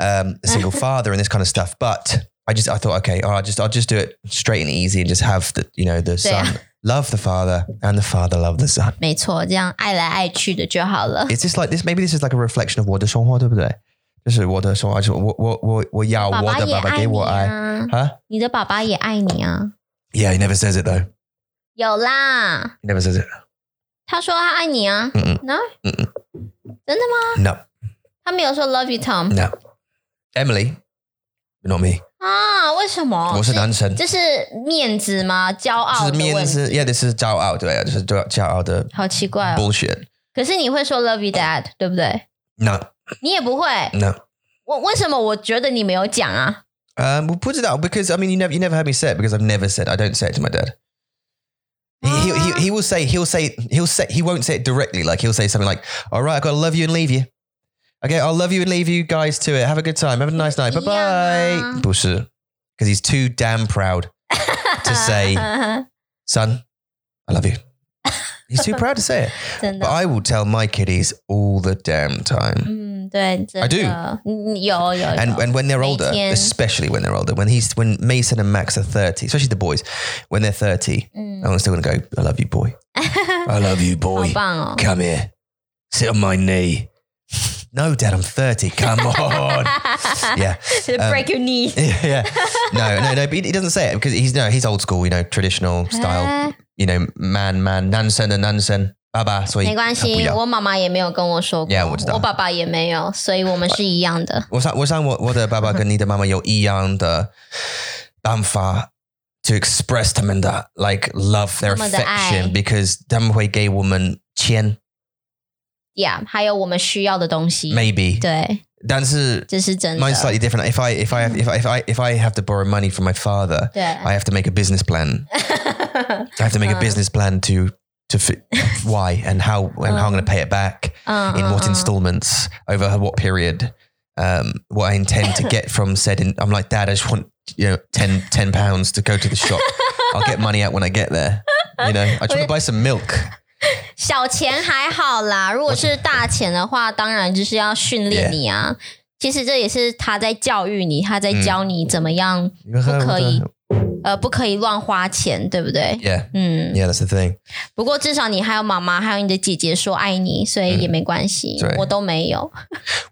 S1: um, a single father and this kind of stuff. But I just, I thought, okay, all right, just I'll just do it straight and easy, and just have the, you know, the
S2: Yeah.
S1: son love the father and the father love the son.
S2: 没错，这样爱来爱去的就好了。
S1: It's just like this. Maybe this is like a reflection of 我的生活，对不对？就是我的生活，还是我我我我要
S2: 爸也爱你
S1: 我的爸爸给我爱，huh?
S2: 啊，你的爸爸也爱你啊。
S1: Yeah, he never says it though.
S2: 有啦，
S1: He never says it.
S2: 他说他爱你啊。
S1: 嗯嗯
S2: 那真的吗？
S1: No,
S2: 他没有说 love you Tom
S1: no. Emily, Oh, not me.
S2: 啊？为什么？
S1: 我是男神，
S2: 这是面子吗？骄傲的问题，
S1: 就是面子- Yeah, this is 骄傲，对，就是骄傲的
S2: 好奇怪哦。
S1: bullshit.
S2: 可是你会说 love you dad 对不对？
S1: No,
S2: 你也不会。
S1: no.
S2: 我为什么我觉得你没有讲啊？
S1: Um, we'll put it out because I mean you never you never heard me say it because I've never said I don't say it to my dad. He, he, he, he will say he'll say he'll say he won't say it directly like he'll say something like all right I gotta love you and leave you okay I'll love you and leave you guys to it have a good time have a nice night bye
S2: Yeah.
S1: bye because he's too damn proud to say son I love you he's too proud to say it
S2: 真
S1: but
S2: 的，
S1: I will tell my kiddies all the damn time
S2: 嗯，对，真
S1: I do
S2: 的，嗯有有有。
S1: and, and when they're older,
S2: 每天。
S1: especially when they're older, when he's when Mason and Max are thirty, especially the boys, when they're thirty,
S2: 嗯，
S1: I'm still gonna go. I love you, boy. I love you,
S2: 好
S1: boy.
S2: 棒哦。
S1: Come here. Sit on my knee. No, Dad, I'm thirty. Come on. yeah,
S2: break your knee。
S1: yeah. No, no, no. But he, he doesn't say it because he's no, he's old school. You know, traditional Uh, style.
S2: 哎
S1: You know, man, man, nansen and nansen, baba. So
S2: 没关系，我妈妈也没有跟我说过
S1: Yeah，我知道
S2: 爸爸也没有，所以我们是一样的。
S1: e 我想我我想我我的爸爸跟你的妈妈有一样的办法 to express 他们的 like love their
S2: 他们的爱。
S1: affection because 他们会给我们钱
S2: Yeah，还有我们需要的东西。
S1: maybe
S2: 对，
S1: 但是
S2: 这是真的。
S1: mine's slightly different. If I if I have, if I, if I if I have to borrow money from my father,
S2: 对
S1: I have to make a business plan. I have to make a business plan to to fit why and how and how I'm going to pay it back
S2: 嗯
S1: in
S2: 嗯
S1: what
S2: 嗯
S1: installments over what period. Um, what I intend to get from said, in, I'm like, Dad, I just want you know 10, 10 pounds to go to the shop. I'll get money out when I get there. You know, I just want to buy some milk.
S2: 小钱还好啦，如果是大钱的话，当然就是要训练你啊。其实这也是他在教育你，他在
S1: 嗯
S2: 教你怎么样，不可以。呃，不可以乱花钱，对不对？
S1: Yeah,
S2: 嗯，
S1: yeah, that's the thing.
S2: 不过至少你还有妈妈，还有你的姐姐说爱你，所以也没关系。
S1: 嗯对
S2: 我都没有，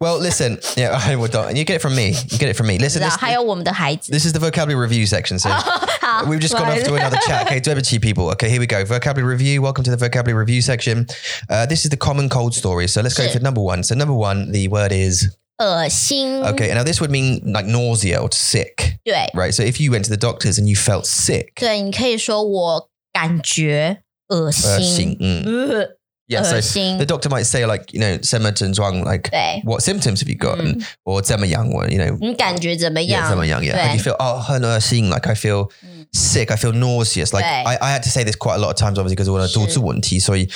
S1: Well, listen, yeah, I will don't. You get it from me. You get it from me.
S2: 知
S1: Listen,
S2: 道
S1: this,
S2: 啊还有我们的孩子。
S1: this is the vocabulary review section. So
S2: 好
S1: We've just gone off to another chat. Okay, Doberchi people. Okay, here we go. Vocabulary review. Welcome to the vocabulary review section. Uh, this is the common cold story. So let's go
S2: Shit.
S1: for number one. So number one, the word is
S2: 恶心。
S1: okay. Now this would mean like nausea or sick,
S2: 对
S1: right? So if you went to the doctors and you felt sick,
S2: 对，你可以说我感觉恶
S1: Ersin,，
S2: 心
S1: mm.
S2: 呃
S1: yeah.
S2: 恶
S1: So
S2: 心
S1: the。doctor might say like you know, "Sema Zhuang, like
S2: 对，
S1: what symptoms have you gotten, or "Sema Yang, or you know,
S2: 你感觉怎么
S1: Yeah,
S2: 样？
S1: someone young. Yeah, and you feel oh, her nursing. Like I feel
S2: Mm.
S1: sick. I feel nauseous. Like
S2: Right.
S1: I, I had to say this quite a lot of times, obviously, because Oh, 我的肚子问题，所以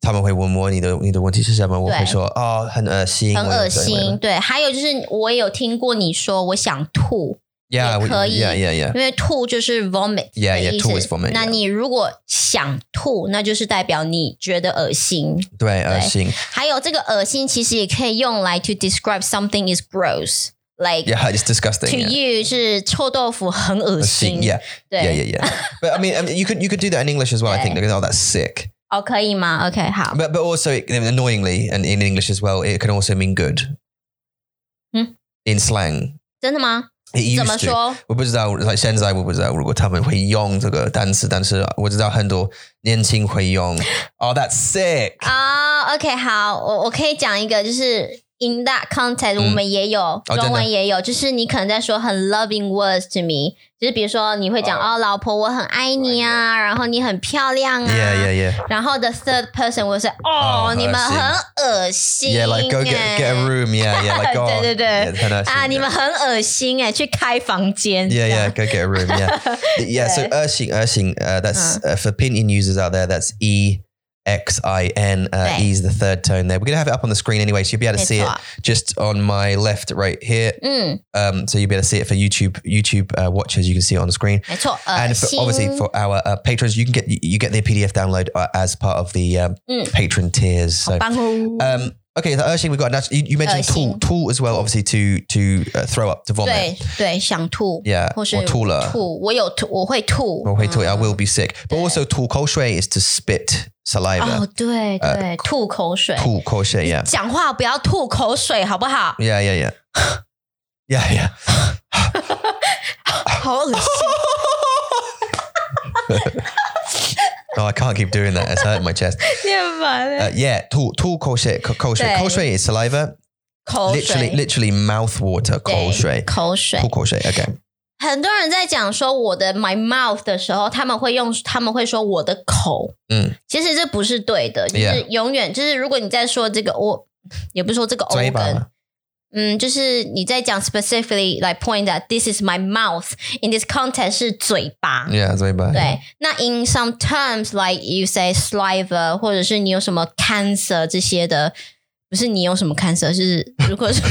S1: 他们会问我你的你的问题是什么，我会说哦，很恶心，
S2: 很恶心。
S1: 我有这个。
S2: 对，还有就是我也有听过你说我想吐，
S1: Yeah, we,
S2: 也可以。
S1: yeah, yeah, yeah.
S2: 因为吐就是 vomit
S1: Yeah,
S2: 的
S1: yeah,
S2: 意思
S1: 吐 is vomit,
S2: 那
S1: yeah.
S2: 你如果想吐，那就是代表你觉得恶心。
S1: 对，恶心。
S2: 还有这个恶心其实也可以用来 to describe something is gross, like
S1: Yeah, it's
S2: to
S1: disgusting. Yeah.
S2: you 是臭豆腐很恶
S1: Sick,
S2: 心。
S1: yeah,
S2: 对
S1: yeah, yeah, yeah. But I mean, I mean, you could you could do that in English as well. I think because oh, that's sick.
S2: 哦，可以吗？OK，好，
S1: But but also it, annoyingly, and in English as well, it can also mean good.
S2: Hmm?
S1: In slang,
S2: 真的吗？
S1: it
S2: 怎么
S1: used to.
S2: 说？
S1: 我不知道，like 现在我不知道，如果他们会用这个单词，但是我知道很多年轻会用。Oh, that's sick！
S2: 啊、o k 好，我我可以讲一个，就是 in that context，、
S1: 嗯
S2: 我们也有
S1: 真的
S2: 中文也有，就是你可能在说很 loving words to me，就是比如说你会讲
S1: 哦
S2: 哦老婆我很爱你啊，然后你很漂亮啊
S1: yeah, yeah, yeah.
S2: 然后 the third person 我会说哦
S1: 哦
S2: 你们
S1: 恶心
S2: 很恶心、
S1: Yeah, like go get get a
S2: 哎
S1: room. Yeah, yeah, like go.
S2: 对对
S1: Yeah,
S2: 对
S1: 很恶心
S2: 啊，你们很恶心哎、去开房间
S1: Yeah,
S2: 这
S1: yeah,
S2: 样
S1: go get a room. Yeah, yeah. So 恶心，恶心。Uh, that's uh, for pinyin users out there. That's e x i n. Uh,
S2: 对
S1: e is the third tone there. We're gonna have it up on the screen anyway, so you'll be able to
S2: 没
S1: see it
S2: 错，
S1: just on my left, right here.
S2: 嗯，
S1: Um, so you'll be able to see it for YouTube YouTube uh, watchers. You can see it on the screen.
S2: 没错，恶
S1: and for,
S2: 心
S1: obviously for our uh, patrons, you can get you get the PDF download uh, as part of the um,
S2: Mm.
S1: patron tiers.
S2: 好
S1: So,
S2: 棒哦。
S1: um, okay, the urshing we've got. That's, you, you mentioned tool
S2: Urshing.
S1: tool as well, obviously to to uh, throw up to vomit.
S2: 对对，想吐
S1: Yeah,
S2: 或是
S1: or tooler.
S2: 吐，我有吐，我会吐，
S1: Or wait, wait, I
S2: 嗯
S1: will be sick. But
S2: Yeah. Oh,
S1: also, tool koshui is to spit saliva.
S2: 哦，对
S1: 呃
S2: 对，吐口水。
S1: Tool koshui, yeah,
S2: 讲话不要吐口水，好 不好？
S1: yeah, yeah, yeah, yeah, yeah.
S2: 好恶心！
S1: 呃 No, I can't keep doing that. It's hurting my chest.
S2: 念烦了
S1: Uh, yeah, tool tool koshui koshui
S2: Yeah.
S1: koshui is saliva.
S2: 口
S1: Literally,
S2: 水，
S1: literally mouth water
S2: 对
S1: koshui.
S2: 口水。
S1: 吐口水，OK，
S2: 很多人在讲说我的 my mouth 的时候，他们会用，他们会说我的口。
S1: 嗯，
S2: 其实这不是对的，就是
S1: Yeah
S2: 永远就是如果你在说这个我，也不是说这个 o
S1: 嘴
S2: r
S1: 巴
S2: g
S1: 嘛
S2: 嗯，就是你在讲 specifically like point that this is my mouth in this context 是嘴巴。
S1: ，Yeah，嘴巴，
S2: 对，那 in some terms like you say saliva，或者是你有什么 cancer 这些的，不是你有什么 cancer，是如果是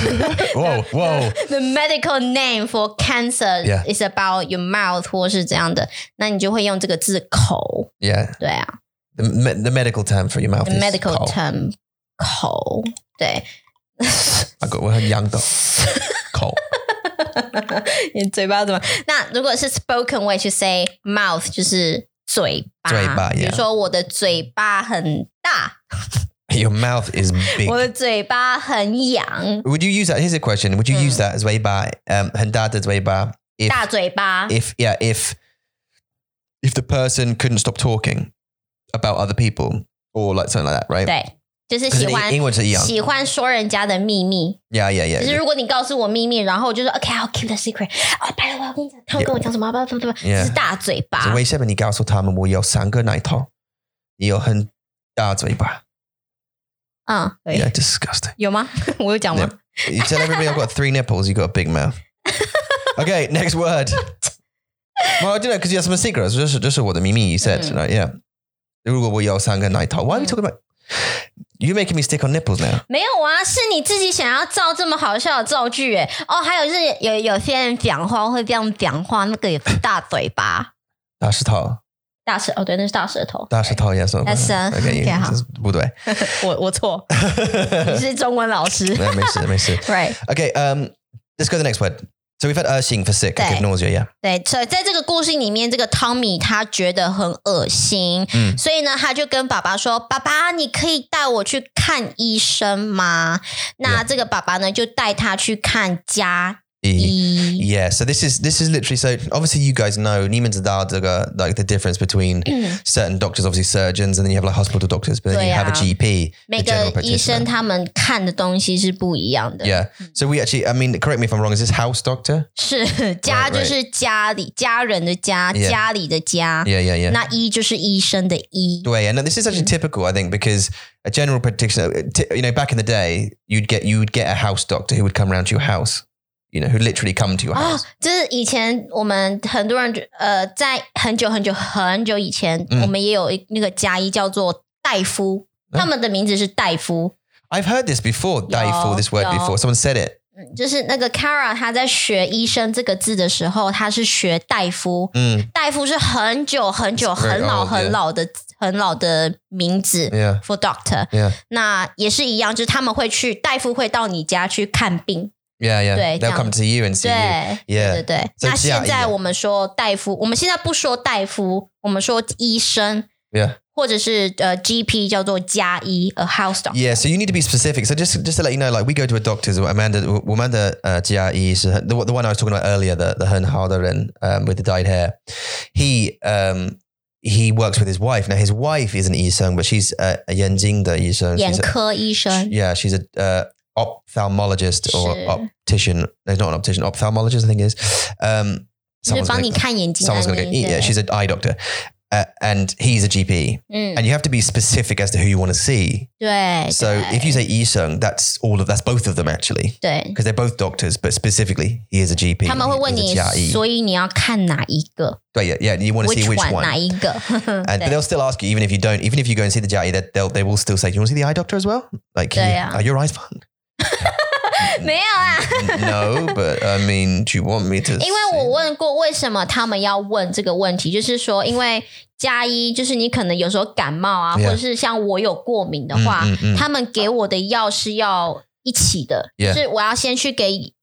S1: 哇哇
S2: the medical name for cancer
S1: Yeah.
S2: is about your mouth 或是怎样的，那你就会用这个字口，
S1: ，Yeah，
S2: 对啊
S1: the me- the medical term for your mouth
S2: ，the
S1: is
S2: medical
S1: cough.
S2: term 口，对，
S1: I got 我很痒的口，
S2: 你嘴巴怎么？那如果是 spoken way 去 say mouth 就是嘴巴，
S1: 嘴巴
S2: 比如
S1: yeah
S2: 说我的嘴巴很大。
S1: Your mouth is big.
S2: 我的嘴巴很痒，
S1: Would you use that? Here's a question. Would you use
S2: Hmm.
S1: that 嘴巴？嗯，很大的嘴巴。If
S2: 大嘴巴。
S1: if yeah if if the person couldn't stop talking about other people or like something like that, right?
S2: 对，就是
S1: 可是
S2: 喜欢
S1: 英文是一样。
S2: 喜欢说人家的秘密。
S1: Yeah, yeah,
S2: 就
S1: yeah.
S2: 是
S1: yeah.
S2: 如果你告诉我秘密，然后我就说 OK，I'll、keep the secret。哦，拜了，我跟你讲，他们跟我讲什么？不不不不，
S1: Yeah
S2: 这是大嘴巴。
S1: 所以为什么你告诉他们我有三个奶头，你有很大嘴巴
S2: 嗯，对嗯
S1: ？Yeah, disgusting.
S2: 有吗？我有讲吗？
S1: You tell everybody I've got three nipples, you've got a big mouth. Okay, next word. Well, I don't know because you have some secrets. Just, just what the Mimi you said,
S2: Mm.
S1: right? Yeah. 如果我有三个奶头, Why are we talking about? You're making me stick on nipples now.
S2: 没有啊，是你自己想要造这么好笑的造句哎。哦，还有就是有有些人讲话会这样讲话，那个也是大嘴 巴、
S1: 大石头,大石头,
S2: 大舌哦，对，那是大舌头。
S1: yes, no,
S2: That's, uh,
S1: okay,
S2: okay, 好。
S1: 不对，
S2: 我我错， 你是中文老 师，right？
S1: Okay, um, let's go to the next word. So we've had 恶心 for sick,
S2: 对。
S1: okay, nausea, yeah.
S2: 对，所以在这个故事里面，这个汤米他觉得很恶心，
S1: 嗯
S2: 所以呢，他就跟爸爸说：“爸爸，你可以带我去看医生吗？”那这个爸爸呢，就带他去看家
S1: E-
S2: 医。
S1: Yeah, so this is this is literally so obviously you guys know Niemann's Dadaga like the difference between certain doctors, obviously surgeons, and then you have like hospital doctors, but then you have a
S2: 对啊。
S1: GP,
S2: 每
S1: a general
S2: 个医
S1: practitioner.
S2: 生他们看的东西是不一样的，
S1: Yeah. So we actually, I mean, correct me if I'm wrong. Is this house doctor?
S2: 是家
S1: Right, right.
S2: 就是家里家人的家，
S1: Yeah.
S2: 家里的家，
S1: Yeah, yeah, yeah.
S2: 那医就是医生的医。
S1: Way and this is actually typical, I think, because a general practitioner, uh, ti- you know, back in the day, you'd get you would get a house doctor who would come around to your house, you know, who literally come to your
S2: 哦
S1: house.，
S2: 就是以前我们很多人就呃，在很久很久很久以前，
S1: 嗯
S2: 我们也有一那个加一叫做戴夫，
S1: 嗯
S2: 他们的名字是戴夫，
S1: I've heard this before, Daifu, this word
S2: yeah.
S1: before. Someone said it.
S2: 嗯就是那个 Kara 她在学医生这个字的时候，她是学戴夫，
S1: Mm,
S2: 戴夫是很久很久
S1: It's very
S2: 很老
S1: old,
S2: 很
S1: 哦 yeah. 嗯
S2: 老的很老的名字
S1: yeah,
S2: for doctor，
S1: yeah,
S2: 那也是一样，就是他们会去大夫会到你家去看病，
S1: yeah, yeah.
S2: 对，
S1: They'll
S2: 这样。
S1: come to you and see
S2: 对
S1: you.
S2: 对对
S1: Yeah,
S2: 对。
S1: 所以
S2: 那
S1: 这样
S2: 现在
S1: 一样
S2: 我们说大夫，我们现在不说大夫，我们说医生
S1: yeah,
S2: 或者是呃 GP 叫做加医，a house doctor。
S1: yeah. So you need to be specific. So just just to let you know, like we go to a doctor's. Amanda, Amanda uh, GRE, so her- the, one- the one I was talking about earlier, the the Hern Halderen, um with the dyed hair. He um he works with his wife. Now his wife is an Yisung, but she's uh, a Yanjing the Yisung.
S2: 眼
S1: She's a,
S2: 科医生
S1: yeah, she's a uh, ophthalmologist or
S2: Sure.
S1: optician. No, not an optician. Ophthalmologist, I think it is. Um,
S2: 就是帮
S1: gonna-
S2: 你看眼睛的
S1: someone's
S2: 那
S1: going to go,
S2: 一
S1: yeah,
S2: 个。
S1: she's an eye doctor. Uh, and he's a GP.
S2: 嗯，
S1: And you have to be specific as to who you want to see.
S2: 对
S1: So if you
S2: 对
S1: say Isung, that's all of that's both of them actually.
S2: 对，
S1: Because they're both doctors, but specifically, he is a GP.
S2: 他们会
S1: he
S2: 问
S1: is a
S2: 你
S1: GRE.，
S2: 所以你要看哪一个
S1: Right, yeah, yeah, you want to see which
S2: one
S1: one. 哎
S2: 哪一个？
S1: And but
S2: 对
S1: they'll still ask you, even if you don't, even if you go and see the GRE, that they'll, they will still say, Do you want to see the eye doctor as well? Like,
S2: Yeah,
S1: you-
S2: yeah.
S1: are your eyes fine?
S2: 没有啊。
S1: no, but I mean, do you want me to?
S2: 因为我
S1: see-
S2: 问过为什么他们要问这个问题，就是说，因为加一就是你可能有时候感冒啊
S1: Yeah.
S2: 或者是像我有过敏的话
S1: 嗯嗯嗯
S2: 他们给我的药是要一起的
S1: Yeah.
S2: 就是我要先去给，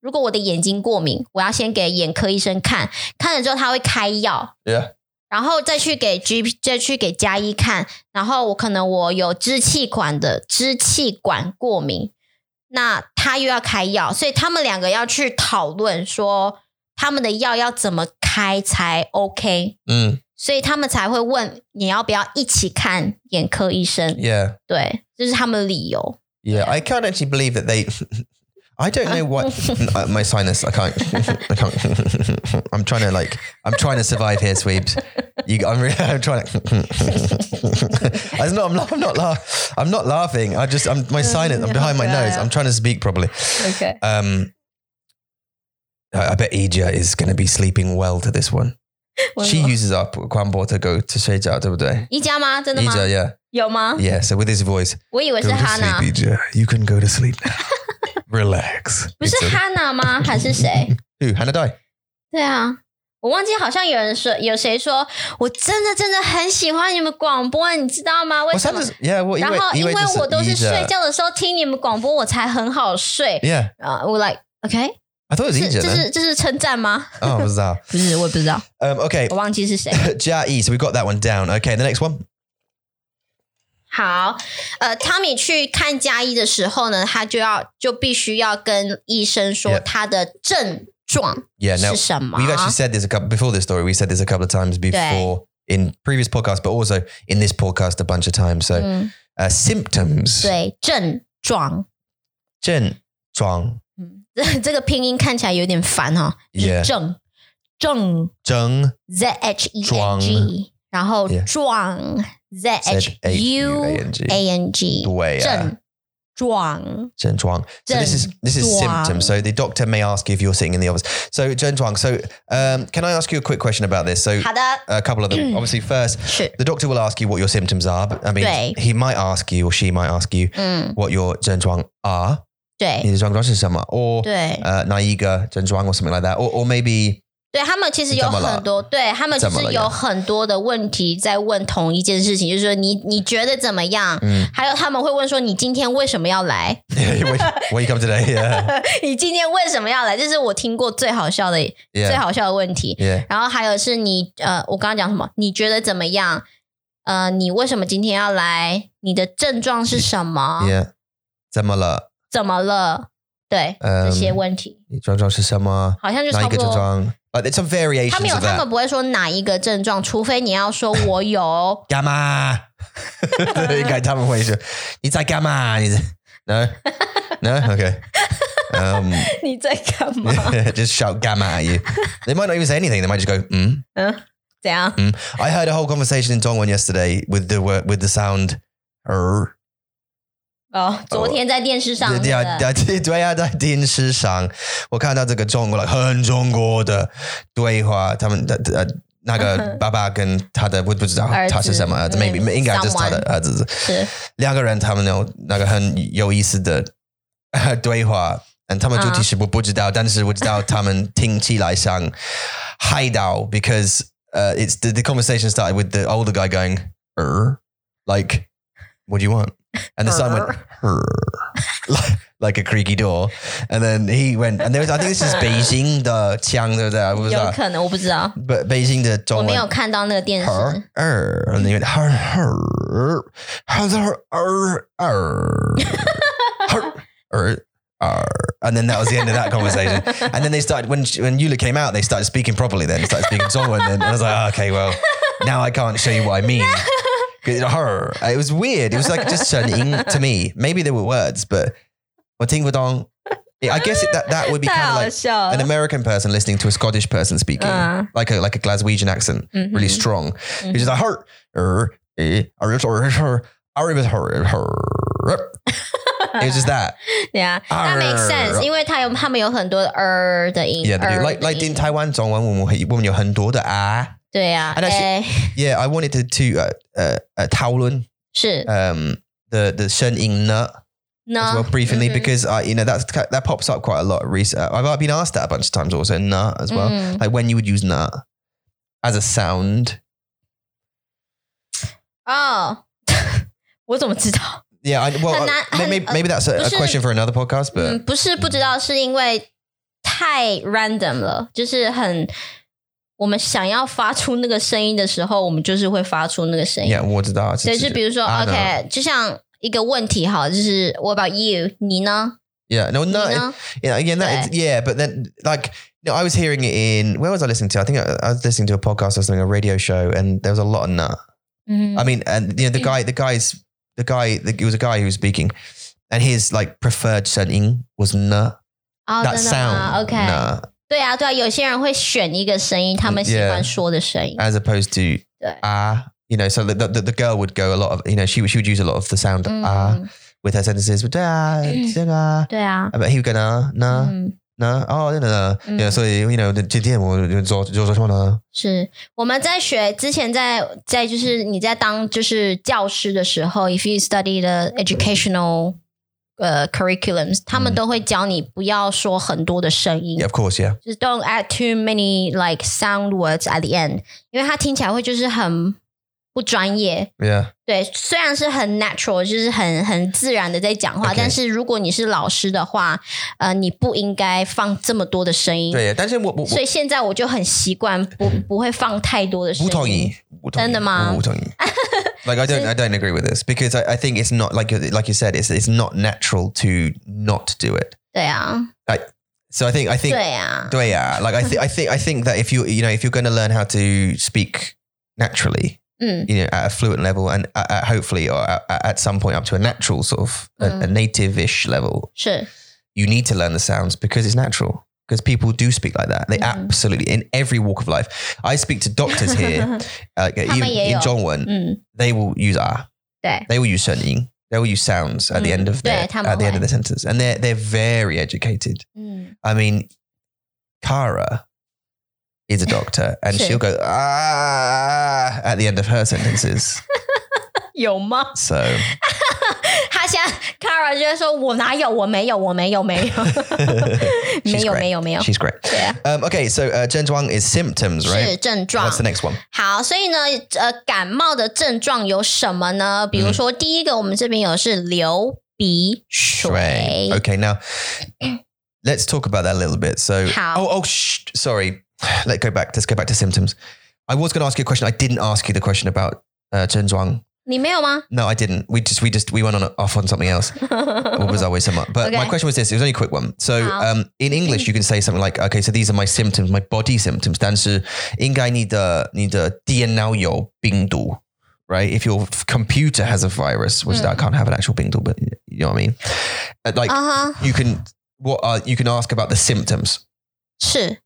S2: 如果我的眼睛过敏，我要先给眼科医生看，看了之后他会开药。
S1: Yeah.
S2: 然后再去给 G，再去给加一看，然后我可能我有支气管的支气管过敏，那他又要开药，所以他们两个要去讨论说他们的药要怎么开才 OK，
S1: Mm,
S2: 所以他们才会问你要不要一起看眼科医生，
S1: yeah.
S2: 对，这是他们的理由。
S1: Yeah, I can't actually believe that they. I don't know why Uh, my sinus. I can't. I can't. I'm trying to like. I'm trying to survive here, Sweeps. You, I'm really. I'm trying to. I'm not. I'm not. I'm not, laugh, I'm not laughing. I just. I'm my sinus. I'm behind my nose. I'm trying to speak properly.
S2: OK，
S1: Um. I I bet Ija is going to be sleeping well to this one. She uses up Kwambo to go to Shade out, don't
S2: 宜家吗？真的吗？
S1: Ija, yeah.
S2: 有吗？
S1: Yeah, so with his voice,
S2: 我以为
S1: go
S2: 是
S1: to
S2: 哈娜，
S1: sleep, Ija. You can go to sleep now. Relax.
S2: 不是
S1: It's a-
S2: 哈娜吗？还是谁？
S1: Who? Hannah Dye?
S2: 对啊，我忘记好像有人说，有谁说，我真的真的很喜欢你们广播，你知道吗？为
S1: Well,
S2: 什么
S1: Santa's-？yeah, E well,
S2: 然后
S1: you wait,
S2: 因为
S1: you wait
S2: 我都是啊
S1: just, E
S2: 睡
S1: Ija.
S2: 觉的时候听你们广播，我才很好睡
S1: Yeah,
S2: 啊。我 like OK，
S1: I thought it was
S2: 这
S1: Ija.
S2: 这
S1: then.
S2: 是这是称赞吗？
S1: Oh, bizarre.
S2: 不是，我也不知道，
S1: Um, okay,
S2: 我忘记是谁。
S1: Jae. So we got that one down. Okay, the next one.
S2: 好，呃，汤米去看加医的时候呢，他就要就必须要跟医生说
S1: Yeah.
S2: 他的症状
S1: Yeah, now
S2: 是什么。
S1: we've actually said this a couple before this story. We said this a couple of times before in previous podcasts, but also in this podcast a bunch of times. So
S2: 嗯，
S1: uh, symptoms.
S2: 对，症状。
S1: Jen, Zhuang,
S2: 嗯，这这个拼音看起来有点烦哈、哦，就是
S1: Yeah
S2: 正正
S1: Zheng,
S2: z h e n
S1: 壮
S2: g，然后
S1: Yeah
S2: 壮 z h
S1: Z H U
S2: u
S1: A N G.
S2: a n g，
S1: 对啊
S2: 正状
S1: Zhenchuang. So this is this is
S2: Zhenchuang.
S1: symptom. So the doctor may ask you if you're sitting in the office. So Zhenchuang. So um, can I ask you a quick question about this? So
S2: 好的，
S1: a couple of them. Obviously, first
S2: 是
S1: the doctor will ask you what your symptoms are. but- I mean,
S2: Right. Mm.
S1: he might ask you or she might ask you
S2: 嗯，
S1: what your Zhenchuang are.
S2: 对
S1: 你的状况是什么? Or
S2: 对
S1: uh, 哪一个 Zhenchuang or something like that. Or, or maybe
S2: 对，他们其实
S1: 你
S2: 有
S1: 怎么了
S2: 很多，对他们其
S1: 怎么
S2: 实
S1: 了
S2: 有很多的问题在问同一件事情，就是说你你觉得怎么样？
S1: 嗯
S2: 还有他们会问说你今天为什么要来？
S1: where, where you come today. Yeah.
S2: 你今天为什么要来？这是我听过最好笑的、最
S1: Yeah.
S2: 好笑的问题。
S1: Yeah.
S2: 然后还有是你呃，我刚刚讲什么？你觉得怎么样？呃，你为什么今天要来？你的症状是什么
S1: Yeah. 怎么了？
S2: 怎么了？对、
S1: 嗯
S2: 这些问题，
S1: 你症状是什么？
S2: 好像就差
S1: 哪一
S2: 不多。
S1: 个症状？Like there's some
S2: 他
S1: variations
S2: 们有，
S1: of
S2: 他
S1: that.。
S2: 们不会说哪一个症状，除非你要说我有
S1: 干嘛？对，应该他们会说，你在干嘛？你在- No? No? Okay. Um,
S2: 你在干嘛？
S1: just shout gamma at you. They might not even say anything. They might just go, mm.
S2: 怎样？
S1: I heard a whole conversation in Dongwon yesterday with the word, with the sound er.
S2: 哦，昨天在电视上
S1: 对对
S2: 那
S1: 啊，
S2: 个
S1: 对对对啊，在电视上我看到这个中国的很中国的对话，他们的呃那 个爸爸跟他的不不知道
S2: 儿子
S1: 他是什么儿子
S2: 嗯
S1: ，maybe 应该就是他的
S2: someone
S1: 儿子，
S2: 是
S1: 两个人他们有那个很有意思的呃对话，嗯，他们主题是我不知道，但是我知道他们听起来像嗨到，because 呃、it's the the conversation started with the older guy going er like what do you want and the son went er like like a creaky door and then he went and there was I think this is 北京的腔对不对？我不知
S2: 有
S1: 道，
S2: 可能，我不知道，
S1: 北北京的中
S2: 我
S1: 文
S2: 没有看到那个电视。
S1: her er and then you went her her how's her er er her er er and then that was the end of that conversation and then they started when she- when Eula came out they started speaking properly then started speaking Zongwen then and I was like "Oh, okay well now I can't show you what I mean 'Cause her it was weird it was like just turning to me maybe there were words but I think dong I guess it, that that would be
S2: 太
S1: kind of
S2: 好
S1: like
S2: 笑
S1: an
S2: 了，
S1: American person listening to a Scottish person speaking,
S2: Uh.
S1: like a like a Glaswegian accent,
S2: Mhm.
S1: really strong. He's just like her, er, eh, er, er, er, her, er, er, her, her. It was just that. Er,
S2: Yeah, that makes sense. 因为它有他们有很多的儿的音
S1: Yeah, they
S2: 儿
S1: do.
S2: 的
S1: like like
S2: 音
S1: in Taiwan, 中文我们会我们有很多的 ah.
S2: 对啊，
S1: And actually-
S2: 哎
S1: Yeah, I wanted to to uh uh, uh 讨论
S2: 是
S1: um the the 声音呢 as
S2: 呢
S1: well，briefly
S2: Mhm.
S1: because I you know that's ki- that pops up quite a lot. Recent, I've I've been asked that a bunch of times also na as well,
S2: Mm.
S1: like when you would use na as a sound.
S2: 哦， 我怎么知道？
S1: Yeah, I, well,
S2: And that-
S1: uh, may- may- maybe,
S2: and, uh,
S1: that's a, a
S2: we should-
S1: question for another podcast, but
S2: 嗯，不是不知道，是因为太 random 了，就是很我们想要发出那个声音的时候，我们就是会发出那个声音。
S1: yeah, what did that?
S2: 所以就比如说
S1: I know.
S2: ，OK，就像一个问题好，就是 What about you？你呢？
S1: Yeah, no,
S2: 你
S1: no, it,
S2: 呢？
S1: yeah, again, that, it's, yeah, but then like, no, I was hearing it in where was I listening to? I think I, I was listening to a podcast or something, a radio show, and there was a lot of nut.
S2: 嗯
S1: I mean, and you know, the guy, the guy's, the guy, the, it was a guy who was speaking, and his like preferred setting was nut.
S2: 哦，
S1: that
S2: 真的
S1: sound,
S2: 吗？OK，
S1: nah,
S2: 对啊，对啊，有些人会选一个声音，他们喜
S1: Yeah
S2: 欢说的声音。
S1: as opposed to
S2: 对，
S1: ah. You know, so the, the, the girl would go a lot of, you know, she, would- she would use a lot of the sound
S2: 嗯
S1: ah with her sentences, with ah, ah,
S2: 对啊，
S1: but he would go nah, nah,
S2: 嗯，
S1: 呢？哦，真的呢？
S2: 嗯
S1: 对，所以 you know，今天我就做就做什么呢？
S2: 是我们在学之前在在就是你在当就是教师的时候，if you study the educational 呃 curriculums，他们
S1: 嗯
S2: 都会教你不要说很多的声音
S1: Yeah, of course, yeah.
S2: 就是 don't add too many like sound words at the end，因为它听起来会就是很不专业。
S1: Yeah.
S2: 对，虽然是很 natural，就是很很自然的在讲话
S1: OK
S2: 但是如果你是老师的话，呃，你不应该放这么多的声音。
S1: 对，但是我我
S2: 所
S1: 我
S2: 以现在我就很习惯不不会放太多的声
S1: 不
S2: 音。
S1: 同意，不同意
S2: 真的吗
S1: 我不同 意。Like I don't, I don't agree with this because I, I think it's not like you- like you said, it's it's not natural to not do it.
S2: 对啊，
S1: So I think I think
S2: 对啊，
S1: 对yeah, like I think I think I think that if you you know if you're going to learn how to speak naturally,
S2: 嗯
S1: you know, at a fluent level and uh, at, at hopefully or at, at some point up to a natural sort of a, a
S2: Mm.
S1: native-ish level,
S2: 是
S1: you need to learn the sounds because it's natural. Because people do speak like that. They
S2: Mhm.
S1: absolutely in every walk of life. I speak to doctors here, uh, even in
S2: 他们也有。
S1: Zhongwen,
S2: 嗯，
S1: they will use ah,
S2: 对
S1: they will use 声音 They will use sounds at the
S2: Mm.
S1: end of their,
S2: Yeah,
S1: at
S2: 他们
S1: the end
S2: 会。
S1: of the sentence, and they're they're very educated.
S2: 嗯，
S1: I mean, Kara is a doctor, and
S2: Sure.
S1: she'll go ah at the end of her sentences.
S2: 有吗？
S1: So
S2: 他现在 Kara 就在说：“我哪有？我没有，我没有，没有，没
S1: she's
S2: 有， 没
S1: great.
S2: 有，没有。
S1: She's great. ”
S2: 对啊，
S1: Um, okay, so uh, Chen Zhuang is symptoms,
S2: 是
S1: right?
S2: 症状
S1: What's the。next one?
S2: 好，所以呢，呃，感冒的症状有什么呢？比如说，第一个我们这边有是流鼻水
S1: Shui.，Okay, now let's talk about that a little bit. So,
S2: How?
S1: oh, oh, shh, sorry. Let's go back. Let's go back to symptoms. I was going to ask you a question. I didn't ask you the question about uh, Chen Zhuang.
S2: 你没有吗？
S1: No, I didn't. We just we just we went on off on something else. what was always somewhat. But my
S2: Okay.
S1: question was this: it was only a quick one. So
S2: How?
S1: um, in English, you can say something like, "Okay, so these are my symptoms, my body symptoms." 但是应该你的你的电脑有病毒 right? If your f- computer has a virus, which
S2: Mm.
S1: I can't have an actual 病毒, but you know what I mean. Uh, Like
S2: 啊哈，
S1: you can what are you can ask about the symptoms.
S2: 是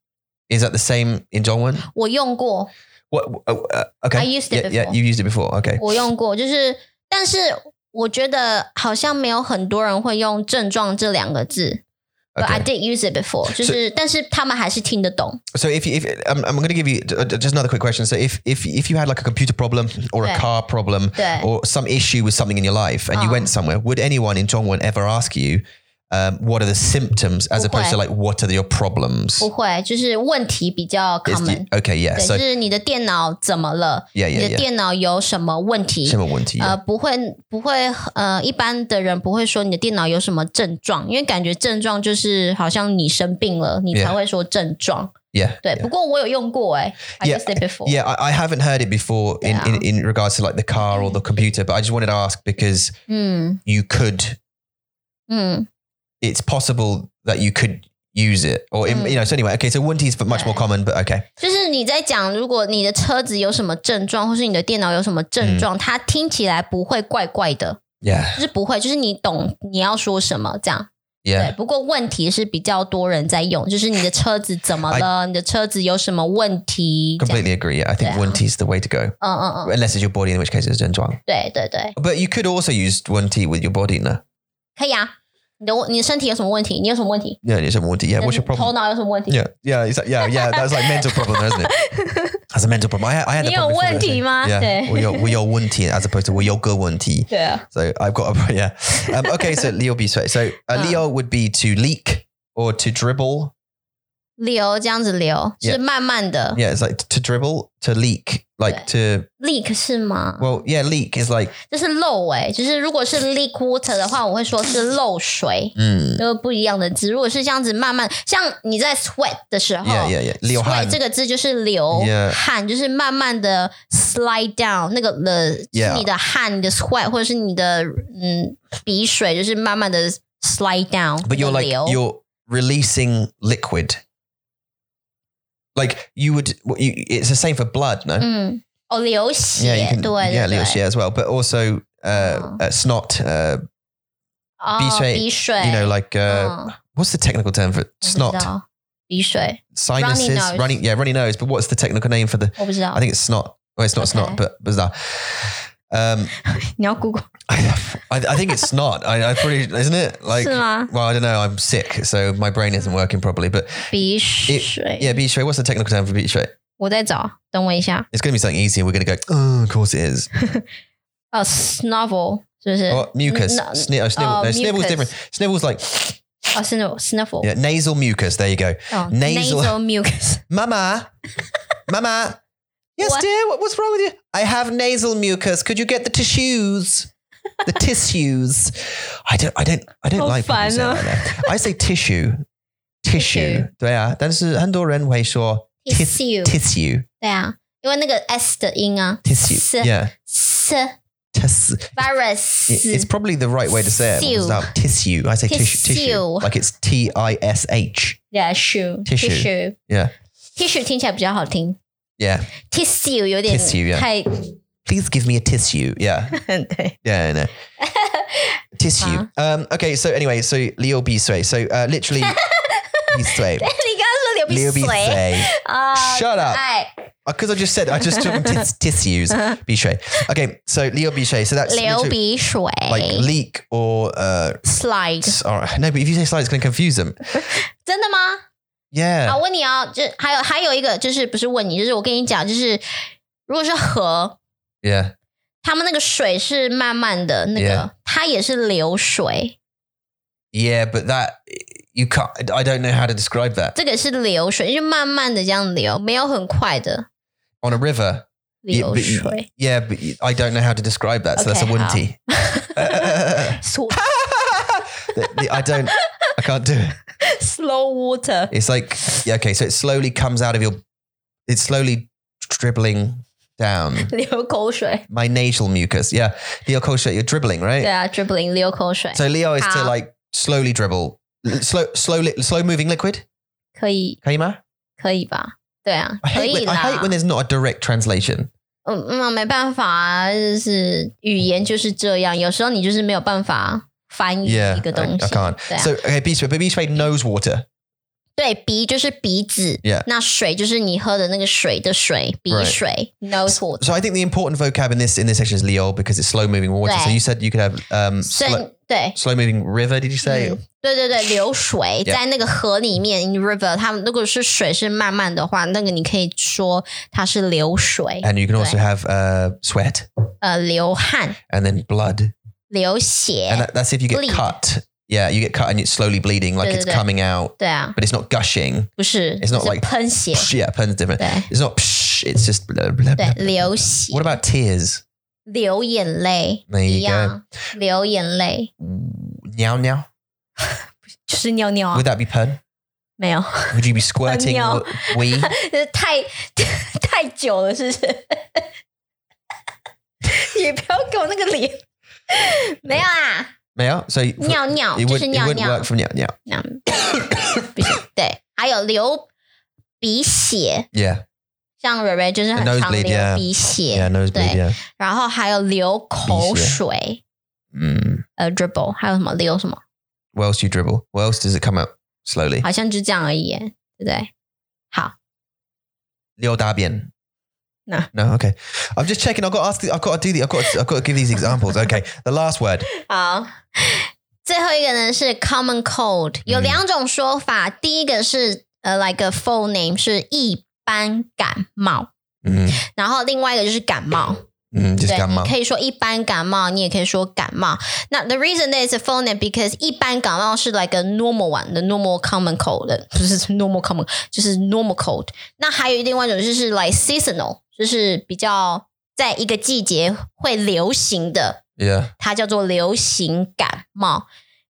S1: Is that the same in Dongwon?
S2: 我用过，
S1: What? oh, Uh, okay.
S2: I used it
S1: yeah, yeah,
S2: before.
S1: you used it before. Okay.
S2: 我用过，就是，但是我觉得好像没有很多人会用“症状”这两个字。But I
S1: Okay.
S2: did use it before，就是，但是他们还是听得懂。
S1: So if you, if I'm, I'm going to give you uh, just another quick question. So if if if you had like a computer problem or a
S2: Yeah.
S1: car problem
S2: 对
S1: or some issue with something in your life and you
S2: Uh.
S1: went somewhere, would anyone in Zhongwen ever ask you um, what are the symptoms as opposed to like what are your problems?
S2: 不会，就是问题比较
S1: Is the-
S2: common。
S1: okay, yeah.
S2: 对，
S1: So
S2: 就是你的电脑怎么了？
S1: yeah,
S2: 你
S1: yeah,
S2: 的
S1: yeah.
S2: 电脑有什么问题？
S1: Similar one to you.
S2: 呃，不会，不会，呃，一般的人不会说你的电脑有什么症状，因为感觉症状就是好像你生病了，你
S1: Yeah.
S2: 才会说症状。
S1: yeah.
S2: 对，
S1: yeah.
S2: 不过我有用过哎、i
S1: Yeah,
S2: used it before。
S1: Yeah, I, I haven't heard it before in, in, in regards to like the car
S2: Mm.
S1: or the computer, but I just wanted to ask because
S2: 嗯
S1: you could,
S2: 嗯，
S1: it's possible that you could use it or, it-
S2: Mm.
S1: you know, so anyway, okay, so one T is much more
S2: Yeah.
S1: common, but okay.
S2: 就是你在讲，如果你的车子有什么症状，或是你的电脑有什么症
S1: 嗯
S2: 状，它听起来不会怪怪的，
S1: Yeah.
S2: 就是不会，就是你懂你要说什么这样。对，
S1: Yeah.
S2: 不过问题是比较多人在用，就是你的车子怎么
S1: I-
S2: 了？你的车子有什么问题？这样
S1: 哎 Completely agree. Yeah. I think
S2: Yeah.
S1: one T is the way to go,
S2: 嗯嗯嗯，
S1: unless it's your body, in which case it's Zhenjuang.
S2: 对对对，
S1: But you could also use one T with your body, no?
S2: 可以啊。你的你的身体有什么问题？你有什么问题？
S1: Yeah, it's a one T. Yeah,
S2: 你
S1: what's your
S2: 的头
S1: problem?
S2: 脑有什么问题？
S1: Yeah, yeah, it's like, yeah, yeah. That's like mental problem, though, isn't it? That's a mental problem. I, I had the
S2: You
S1: problem
S2: got
S1: before,
S2: one T,
S1: actually.
S2: ma?
S1: Yeah,
S2: Yeah.
S1: we are we are one T as opposed to we are good one T.
S2: 对啊，
S1: So I've got a yeah. Um, okay, so Leo B. So uh,
S2: Uh.
S1: Leo would be to leak or to dribble.
S2: 流这样子流是
S1: Yeah
S2: 慢慢的
S1: Yeah, it's like to dribble to leak, like to
S2: leak 是吗？
S1: well, yeah, leak is like
S2: 这是漏哎、就是如果是 leak water 的话，我会说是漏水，
S1: mm,
S2: 都不一样的字。如果是这样子慢慢，像你在 sweat 的时候
S1: yeah, yeah, yeah. Leo
S2: sweat
S1: Han.
S2: 这个字就是流
S1: Yeah
S2: 汗，就是慢慢的 slide down 那个的
S1: Yeah
S2: 是你的汗，你的 sweat 或者是你的嗯鼻水，就是慢慢的 slide down，
S1: But you're
S2: 那个
S1: like
S2: 流
S1: you're releasing liquid. Like you would, what you, it's the same for blood, no?
S2: 嗯哦流血
S1: Yeah, you can,
S2: 对对
S1: yeah,
S2: 对
S1: little share as well, but also uh,
S2: Oh.
S1: uh, snot, uh,
S2: 哦
S1: 鼻水
S2: 鼻水
S1: you know, like uh,
S2: 嗯
S1: what's the technical term for it?
S2: 我不
S1: Snot,
S2: 知道鼻水
S1: sinuses,
S2: Runny nose.
S1: running, yeah, runny nose. But what's the technical name for the?
S2: 我不知道
S1: I，think it's snot. Well, it's not snot,
S2: Okay.
S1: but bizarre. Um,
S2: 你 要 Google
S1: I, I think it's snot. I, I pretty isn't it? Like,
S2: 是
S1: well,
S2: 吗？
S1: I don't know. I'm sick, so my brain isn't working properly. But
S2: 鼻水
S1: yeah, beach rate. What's the technical term for beach rate?
S2: 我在找，等我一下。
S1: It's going to be something easy. and We're going to go, oh, of course it is.
S2: 呃 s n o v e l 是不是？
S1: Or mucus.
S2: No,
S1: Sni- oh, snivel.
S2: oh,
S1: no, snivel's
S2: mucus.
S1: different. Snivel's like
S2: 哦 s n o s n o v e l
S1: yeah, nasal mucus. There you go.
S2: 哦
S1: nasal-
S2: nasal mucus。
S1: Mama. Mama. Yes,
S2: What?
S1: dear. What, what's wrong with you? I have nasal mucus. Could you get the tissues? The tissues. I don't, I don't, I don't
S2: How
S1: like people
S2: fun,
S1: saying
S2: huh?
S1: like that. I say tissue. Tissue. 对啊，但是很多人会说
S2: tissue，
S1: tissue.
S2: 对啊，因为那个 s 的音啊 s
S1: Tissue. Yeah.
S2: s
S1: Tis- It- It's
S2: virus
S1: probably the right way to say it.
S2: Tissue.
S1: Without tissue. I say tissue. Tissue.
S2: Tissue.
S1: Like it's T I S H.
S2: tissue
S1: Tissue.
S2: tissue
S1: Yeah.
S2: tissue 听起来比较好听
S1: Yeah.
S2: ，tissue 有点
S1: Tissue，yeah
S2: 太
S1: Please give me a tissue. Yeah.
S2: 对
S1: Yeah. I know. Tissue. Um, okay. So anyway, so Leo B Sway. So uh, literally, B Sway.
S2: 你刚刚说流
S1: Leo
S2: 鼻
S1: B
S2: 水
S1: Sway. Oh,
S2: 啊
S1: Shut up.
S2: 哎，
S1: Because I just said, I just took tis- tissues. Bichet. Okay, so Leo Bichet. So that's
S2: 流
S1: literally
S2: 鼻水
S1: like leak or uh,
S2: slide，
S1: s- or- no, but if you say slide, it's going to confuse them.
S2: 真的吗？
S1: Yeah.
S2: 啊，我问你啊，就还有还有一个就是不是问你，就是我跟你讲，就是如果是河，
S1: Yeah.
S2: 他们那个水是慢慢的那个
S1: Yeah
S2: 它也是流水，
S1: Yeah, but that, you can't, I don't know how to describe that.
S2: 这个是流水，就是慢慢的这样流，没有很快的
S1: On a river. Yeah,
S2: 流
S1: but-
S2: 水。
S1: Yeah, but you- I don't know how to describe that. So that's a
S2: Okay,
S1: wunty.
S2: Slow,
S1: The- the- I don't, I can't do it.
S2: slow water，
S1: It's like, yeah, okay, so it slowly comes out of your, it's slowly dribbling down.
S2: 流口水。
S1: My nasal mucus. Yeah. Leo Kosher, you're dribbling, right?
S2: 对啊，dribbling 流口水
S1: So Leo is to
S2: How?
S1: like slowly dribble. L- Slow, slow, li- slow moving liquid.
S2: 可以
S1: Kaima?
S2: 可以吧？对啊
S1: I，
S2: 可
S1: hate,
S2: 以
S1: when, I
S2: 啦
S1: hate when。there's not a direct translation.
S2: 嗯嗯，没办法啊，就是语言就是这样，有时候你就是没有办法翻译
S1: Yeah.
S2: 一个
S1: I,
S2: 东
S1: I
S2: 西。
S1: can't.
S2: 对啊
S1: So, okay, Beach, but Beach made nose water.
S2: 对，鼻就是鼻子
S1: Yeah.
S2: 那水就是你喝的那个水的水，鼻
S1: Right.
S2: 水 nose water。
S1: So I think the important vocab in this in this section is Leo because it's slow moving water. So
S2: Right.
S1: you said you could have um,
S2: 所以
S1: slow,
S2: 对
S1: slow moving river. Did you say?
S2: 嗯对对对，流水
S1: Yeah.
S2: 在那个河里面 in river，它如果是水是慢慢的话，那个你可以说它是流水，
S1: And you can also have uh, sweat
S2: 呃，流汗、
S1: and then blood.
S2: 流
S1: And
S2: 血，
S1: that, that's if you get
S2: Bleed.
S1: cut. Yeah, you get cut and it's slowly bleeding, like
S2: Yeah,
S1: it's
S2: yeah, yeah.
S1: coming out,
S2: 对啊，
S1: but it's not gushing.
S2: 不是，
S1: It's not
S2: 是
S1: like-
S2: 喷血，
S1: Psh, yeah, pen's different.
S2: 对
S1: It's not psh, it's just blah, blah,
S2: 对
S1: blah.，
S2: 流血
S1: What about tears?
S2: 流眼泪
S1: There
S2: 一
S1: you go.
S2: 样，流眼泪
S1: Meow, meow.
S2: 就是尿尿啊
S1: Would，that be pun?
S2: 没 有，
S1: Would you be squirting
S2: Meow.
S1: w- wee?
S2: 这太 太久了，是不是？ 也不要给我那个脸，没有啦，
S1: Meow. So you-
S2: 尿尿
S1: it,
S2: 就
S1: would,
S2: 是
S1: it
S2: 尿
S1: wouldn't
S2: 尿
S1: work，from meow, meow.
S2: 尿不行， 对，还有流鼻血，
S1: Yeah.
S2: 像蕊蕊就是很
S1: The
S2: 常
S1: nosebleed,
S2: 流
S1: yeah.
S2: 鼻血
S1: Yeah, nosebleed.
S2: Right.
S1: Yeah.
S2: 然后还有流口水，
S1: Mm.
S2: 呃，dribble，还有什么流什么，
S1: Where else do you dribble? Where else does it come out slowly?
S2: 好像就这样而已耶，对不对？好，
S1: Leo Dabian.
S2: No.
S1: No. Okay. I'm just checking. I've got to ask. I've got to do the. I've got. To, I've got to give these examples. Okay. The last word.
S2: 好，最后一个呢是 common cold，有
S1: 嗯
S2: 两种说法，第一个是呃 like a full name 是一般感冒，
S1: Mm,
S2: 然后另外一个就是感冒。
S1: mm, just
S2: 对，
S1: come
S2: 你可以说一般感冒，你也可以说感冒。那 the reason that is a full name because 一般感冒是 like a normal one，the normal common cold，的 不是 normal common，就是 normal cold。那还有另外一种就是 like seasonal，就是比较在一个季节会流行的
S1: Yeah.
S2: 它叫做流行感冒。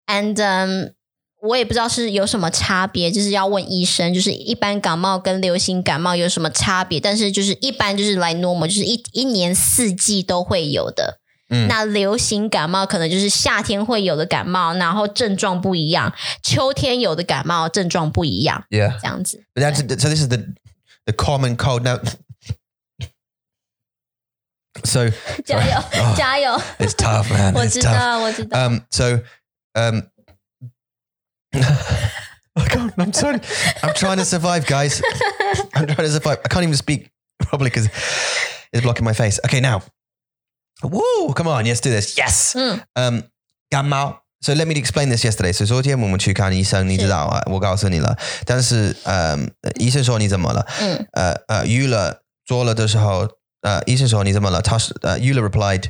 S2: And、um, 我也不知道是有什么差别，就是要问医生，就是一般感冒跟流行感冒有什么差别？但是就是一般就是来 normal，就是一一年四季都会有的。
S1: 嗯
S2: 那流行感冒可能就是夏天会有的感冒，然后症状不一样；秋天有的感冒症状不一样，
S1: Yeah.
S2: 这 样子。
S1: But that's, so this is the the common cold now. So
S2: 加油
S1: Oh,
S2: 加 油！
S1: it's tough, man.
S2: 我
S1: It's
S2: 知
S1: tough.
S2: 道，我知道。
S1: Um. So, um. I can't. I'm sorry. I'm trying to survive, guys. I'm trying to survive. I can't even speak properly because it's blocking my face. Okay, now. Woo! Come on, let's do this. Yes.
S2: 嗯，
S1: Um, 感冒。So let me explain this yesterday. 所以昨天我们去看医生，你知道啊，我告诉你了。但是，嗯，呃医生说你怎么了？
S2: 嗯，
S1: 呃呃，娱乐做了的时候，呃，uh, 医生说你怎么了？他是呃，娱乐 replied，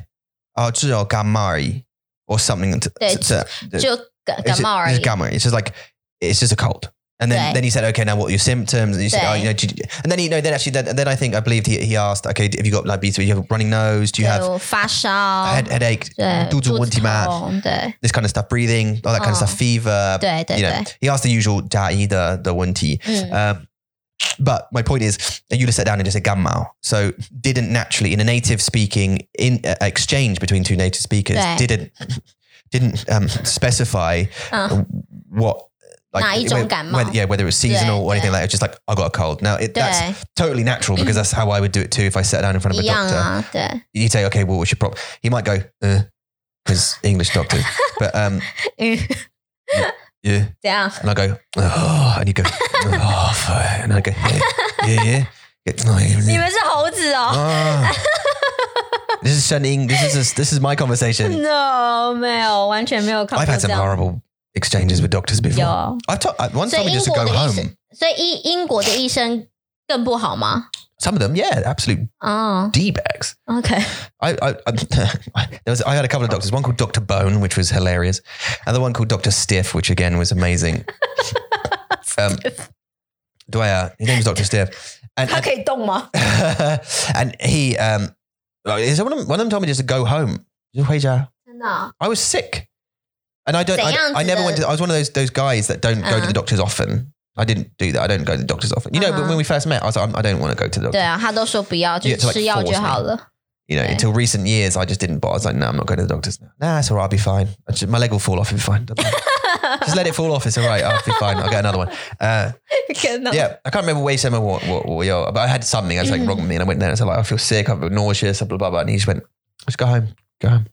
S1: 哦，只有感冒而已，or something to-
S2: 对
S1: to- to-
S2: 就感感冒而
S1: It's
S2: 已
S1: just。感冒而已。It's just like it's just a cold. And then,
S2: 对
S1: then he said, okay, now what are your symptoms? And you said, oh,
S2: 对
S1: you know, did you- and then you know, then actually, then, then I think I believed he, he asked, okay, have you got like, do you have a running nose? Do you have
S2: 有发烧
S1: head, headache?
S2: 对，
S1: 嗯肚子问题吗呃
S2: 痛对
S1: this kind of stuff, breathing, all that kind of
S2: Oh.
S1: stuff, fever.
S2: 对对
S1: You know,
S2: 对，
S1: he asked the usual da either the Wunti.
S2: 嗯，
S1: Um, but my point is, you just sat down and just said gammao. So didn't naturally in a native speaking in uh, exchange between two native speakers
S2: Right.
S1: didn't didn't um, specify
S2: 嗯
S1: what like
S2: 哪一种
S1: whe-
S2: 感冒？
S1: whether, yeah whether it was seasonal or anything like that. It's just like I got a cold. Now it, that's
S2: 对，
S1: totally natural because that's how I would do it too if I sat down in front of
S2: 一
S1: a
S2: 样
S1: doctor
S2: 啊，对，
S1: you say, okay, well, what's your problem? He might go, because English doctor. but um,
S2: 嗯，
S1: yeah.
S2: 怎样？
S1: 嗯 And I go, oh, and you go, oh, fuck. And I go, yeah, yeah, yeah.
S2: 你们是猴子哦、
S1: Ah. this is Shen Ying. This is this is my conversation.
S2: No，没有，完全没有看过
S1: I've had
S2: 这
S1: some
S2: 样。
S1: horrible exchanges with doctors before.
S2: 有，
S1: I've told I- one
S2: So
S1: told me just to
S2: in
S1: go
S2: what it is-
S1: home.
S2: 所以英英国的医生更不好吗？
S1: Some of them, yeah, absolute
S2: 哦、
S1: d bags.
S2: o k
S1: I, I, I there was I had a couple of doctors. One called Doctor Bone, which was hilarious, and the one called Doctor Stiff, which again was amazing. um, Dwyer, his name was Doctor Stiff, and
S2: 他可以动吗？
S1: and he um, uh, so one, of them, one of them told me just to go home. Just wait, yeah.
S2: 真的哦、
S1: I was sick, and I don't. I,
S2: Seance
S1: I never went
S2: is
S1: to. I was one of those those guys that don't go to
S2: Uh-huh.
S1: the doctors often. I didn't do that. I don't go to the doctors often. You know,
S2: Uh-huh.
S1: when we first met, I was like, I'm- I don't want to go to the doctor.
S2: 对啊，他都说不要，就
S1: Yeah,
S2: 是
S1: to like
S2: 吃药就好 了。
S1: You know,
S2: Okay.
S1: until recent years, I just didn't bother. I was like, no, I'm not going to the doctors now. Nah, it's all right. I'll be fine. I just- my leg will fall off. It'll be fine. Don't worry. just let it fall off. It's all right. I'll be fine. I'll get another one. Uh,
S2: 真的
S1: yeah, I can't remember where he said my what, what, what, yo, but I had something. I was like,
S2: Mhm.
S1: wrong with me. And I went there and I said, like, I feel sick. I feel nauseous, blah, blah, blah. And he just went, just go home. Go home.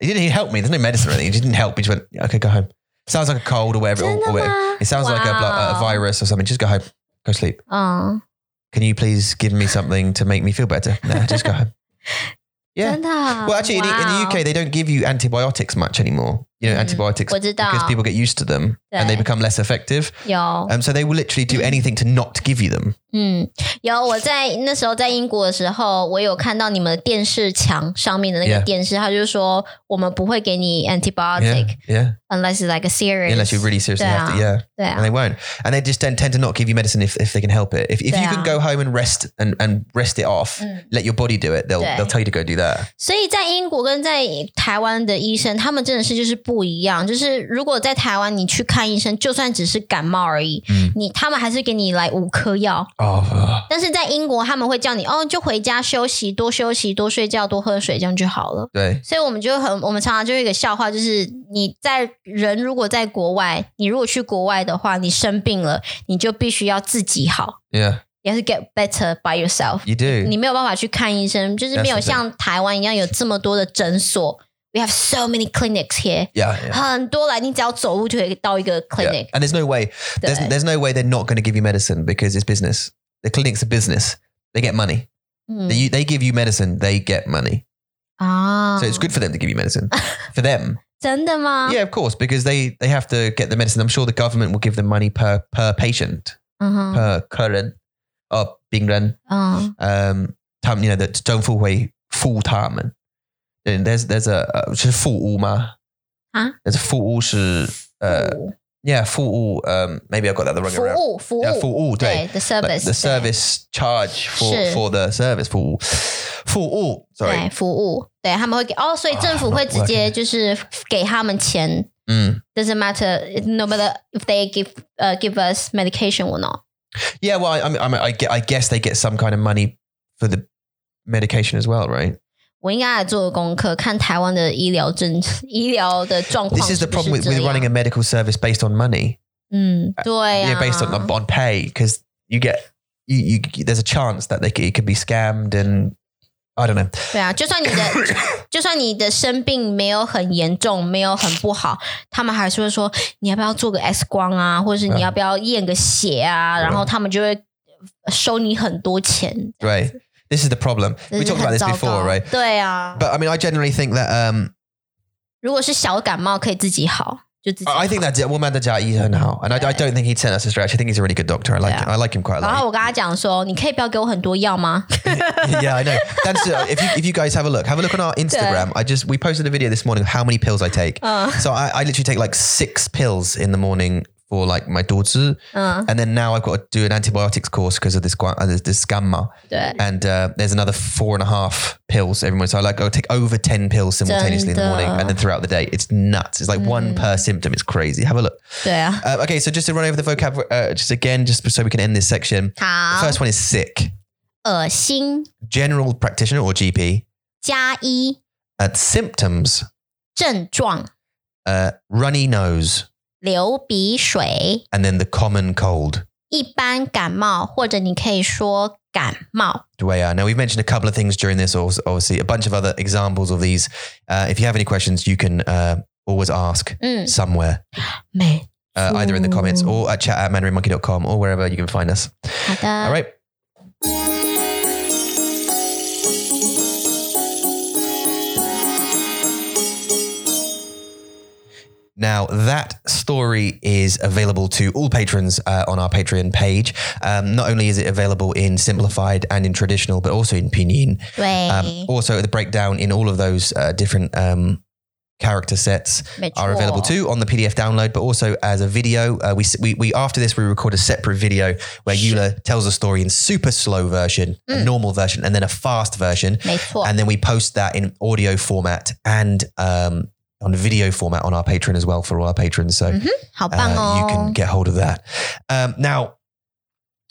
S1: He didn't he helped me. There's no medicine or anything. He didn't help. He just went, "Yeah, okay, go home. Sounds like a cold or whatever. or-
S2: 真
S1: or
S2: 的吗
S1: whatever.？Oh, It sounds like a, blo- a
S2: 哇
S1: virus or something. Just go home. Go sleep.
S2: 嗯，
S1: Can you please give me something to make me feel better? No, just go home. Yeah.
S2: 真的啊。
S1: Well, actually, in, the- in the
S2: Wow
S1: UK, they don't give you antibiotics much anymore. You know,
S2: Mm,
S1: antibiotics
S2: 我知道
S1: because people get used to them and they
S2: Yeah. Mm.
S1: become less effective.
S2: 有，
S1: Um, so they will literally do anything to not give you them.
S2: 嗯，有。我在那时候在英国的时候，我有看到你们的电视墙上面的那
S1: Yeah.
S2: 个电视，他就说我们不会给你
S1: Yeah,
S2: antibiotic
S1: yeah.
S2: unless it's like a serious，
S1: Unless you really seriously have to,
S2: Yeah.
S1: yeah.
S2: 对啊
S1: And，they won't, and they just don't tend to not give you medicine if, if they can help it. If, if you
S2: Yeah. Mm.
S1: can go home and rest and, and rest it off,
S2: 嗯。
S1: let your body do it. They'll
S2: Yeah.
S1: they'll tell you to go do that.
S2: 所以在英国跟在台湾的医生，他们真的是就是不一样。就是如果在台湾你去看医生，就算只是感冒而已，
S1: 嗯
S2: 你他们还是给你来五颗药。
S1: Oh,
S2: 但是在英国，他们会叫你哦，就回家休息，多休息，多睡觉，多喝水，这样就好了。所以我们就很，我们常常就有一个笑话，就是你在人如果在国外，你如果去国外的话，你生病了，你就必须要自己好，
S1: yeah,
S2: 也是 get better by yourself。
S1: you do.
S2: 你没有办法去看医生，就是没有
S1: That's the thing.
S2: 像台湾一样有这么多的诊所。We have so many clinics here，、
S1: yeah, yeah.
S2: 很多来，你只要走路就可以到一个
S1: yeah.
S2: clinic、
S1: And there's no way there's,
S2: 对，
S1: there's no way they're not going to give you medicine because it's business. The clinic's a business. They get money.
S2: 嗯 Mm.
S1: They, you, they give you medicine, they get money.
S2: 啊
S1: So it's
S2: Oh.
S1: good for them to give you medicine. for them.
S2: 真的吗？
S1: Yeah, of course, because they, they have to get the medicine. I'm sure the government will give them money per per patient,
S2: 嗯哼，
S1: per current or being run.
S2: 嗯
S1: Um time, you know, that don't fall away full time. And there's there's a uh, full ma.
S2: Huh?
S1: There's a full uh
S2: 服
S1: yeah, full um maybe I got that the wrong way around.
S2: 务服务
S1: Yeah, 服务,对。
S2: 对，the
S1: Like
S2: service
S1: the
S2: 对
S1: service charge for
S2: 是。
S1: for the service for for all.
S2: 对
S1: Sorry.
S2: 服务对他们会给哦，所以政府会直接就是给他们钱
S1: Mm.
S2: ，doesn't matter no matter if they give 呃、give us medication or not。
S1: Yeah. Well, I, I mean, I, mean, I gue- I guess they get some kind of money for the medication as well, right?
S2: 我应该来做个功课，看台湾的医疗政医疗的状况
S1: This
S2: 是
S1: is the
S2: 不是
S1: problem with,
S2: 这
S1: with
S2: 样
S1: running a medical service based on money.
S2: 嗯，对
S1: Yeah,
S2: 啊，
S1: based on on pay because you get you, you there's a chance that they c- it could be scammed and I don't know.
S2: 对啊，就算你 的就算你的生病没有很严重，没有很不好，他们还是会说你要不要做个 X 光啊，或者是
S1: 嗯
S2: 你要不要验个血啊，
S1: 嗯
S2: 然后他们就会收你很多钱。
S1: Right. This is the problem.
S2: 真
S1: We
S2: 的是
S1: talked about
S2: 很
S1: this
S2: 糟
S1: before,
S2: 糕
S1: right?
S2: 对啊，
S1: But I mean, I generally think that um,
S2: 如果是小感冒可以自己好，就自己好。
S1: I I think that's it. Well, Manda Jai, he's her now. And I, I don't think he'd send us a stretch. I think he's a really good doctor. I like
S2: Yeah.
S1: I like him quite a
S2: 然后
S1: lot.
S2: 我跟他讲说，你可以不要给我很多药吗？
S1: yeah, I know. That's uh, if you if you guys have a look, have a look on our Instagram. I just we posted a video this morning of how many pills I take.
S2: 嗯
S1: So I, I literally take like six pills in the morning for like my daughter,
S2: 嗯，
S1: and then now I've got to do an antibiotics course because of this gua- uh, this, this gamma,
S2: 对，啊
S1: and uh, there's another four and a half pills every morning. So I like I take over ten pills simultaneously in the morning,
S2: Dunder.
S1: and then throughout the day. It's nuts. It's like one per symptom. It's crazy. Have a look.
S2: 对啊，
S1: Uh, okay, so just to run over the vocab, uh, just again, just so we can end this section.
S2: 好
S1: The，first one is sick.
S2: 恶心
S1: General practitioner or GP.
S2: 加一
S1: Uh, symptoms:
S2: 症状，
S1: uh, runny nose,
S2: 流鼻水，
S1: and then the common cold.
S2: 一般感冒，或者你可以说感冒。
S1: Dwaya. Now we've mentioned a couple of things during this, also- obviously a bunch of other examples of these. Uh, if you have any questions, you can uh, always ask
S2: 嗯，
S1: somewhere,
S2: 美，
S1: uh, either in the comments
S2: Ooh. Uh,
S1: or at chat at mandarinmonkey.com or wherever you can find us.
S2: 好
S1: All
S2: 的，
S1: right. Now, that story is available to all patrons uh, on our Patreon page. Um, not only is it available in simplified and in traditional, but also in pinyin.
S2: 对，
S1: Um, also, the breakdown in all of those uh, different um, character sets
S2: 没错
S1: are available too on the PDF download, but also as a video. Uh, we, s- we, we after this we record a separate video where Eula tells a story in super slow version, a normal version, and then a fast version,
S2: 没错，
S1: and uh, then we post that in audio format and um, on video format on our Patreon as well for all our patrons. So
S2: 好棒
S1: uh, you
S2: 哦
S1: can！get hold of that. Um, now,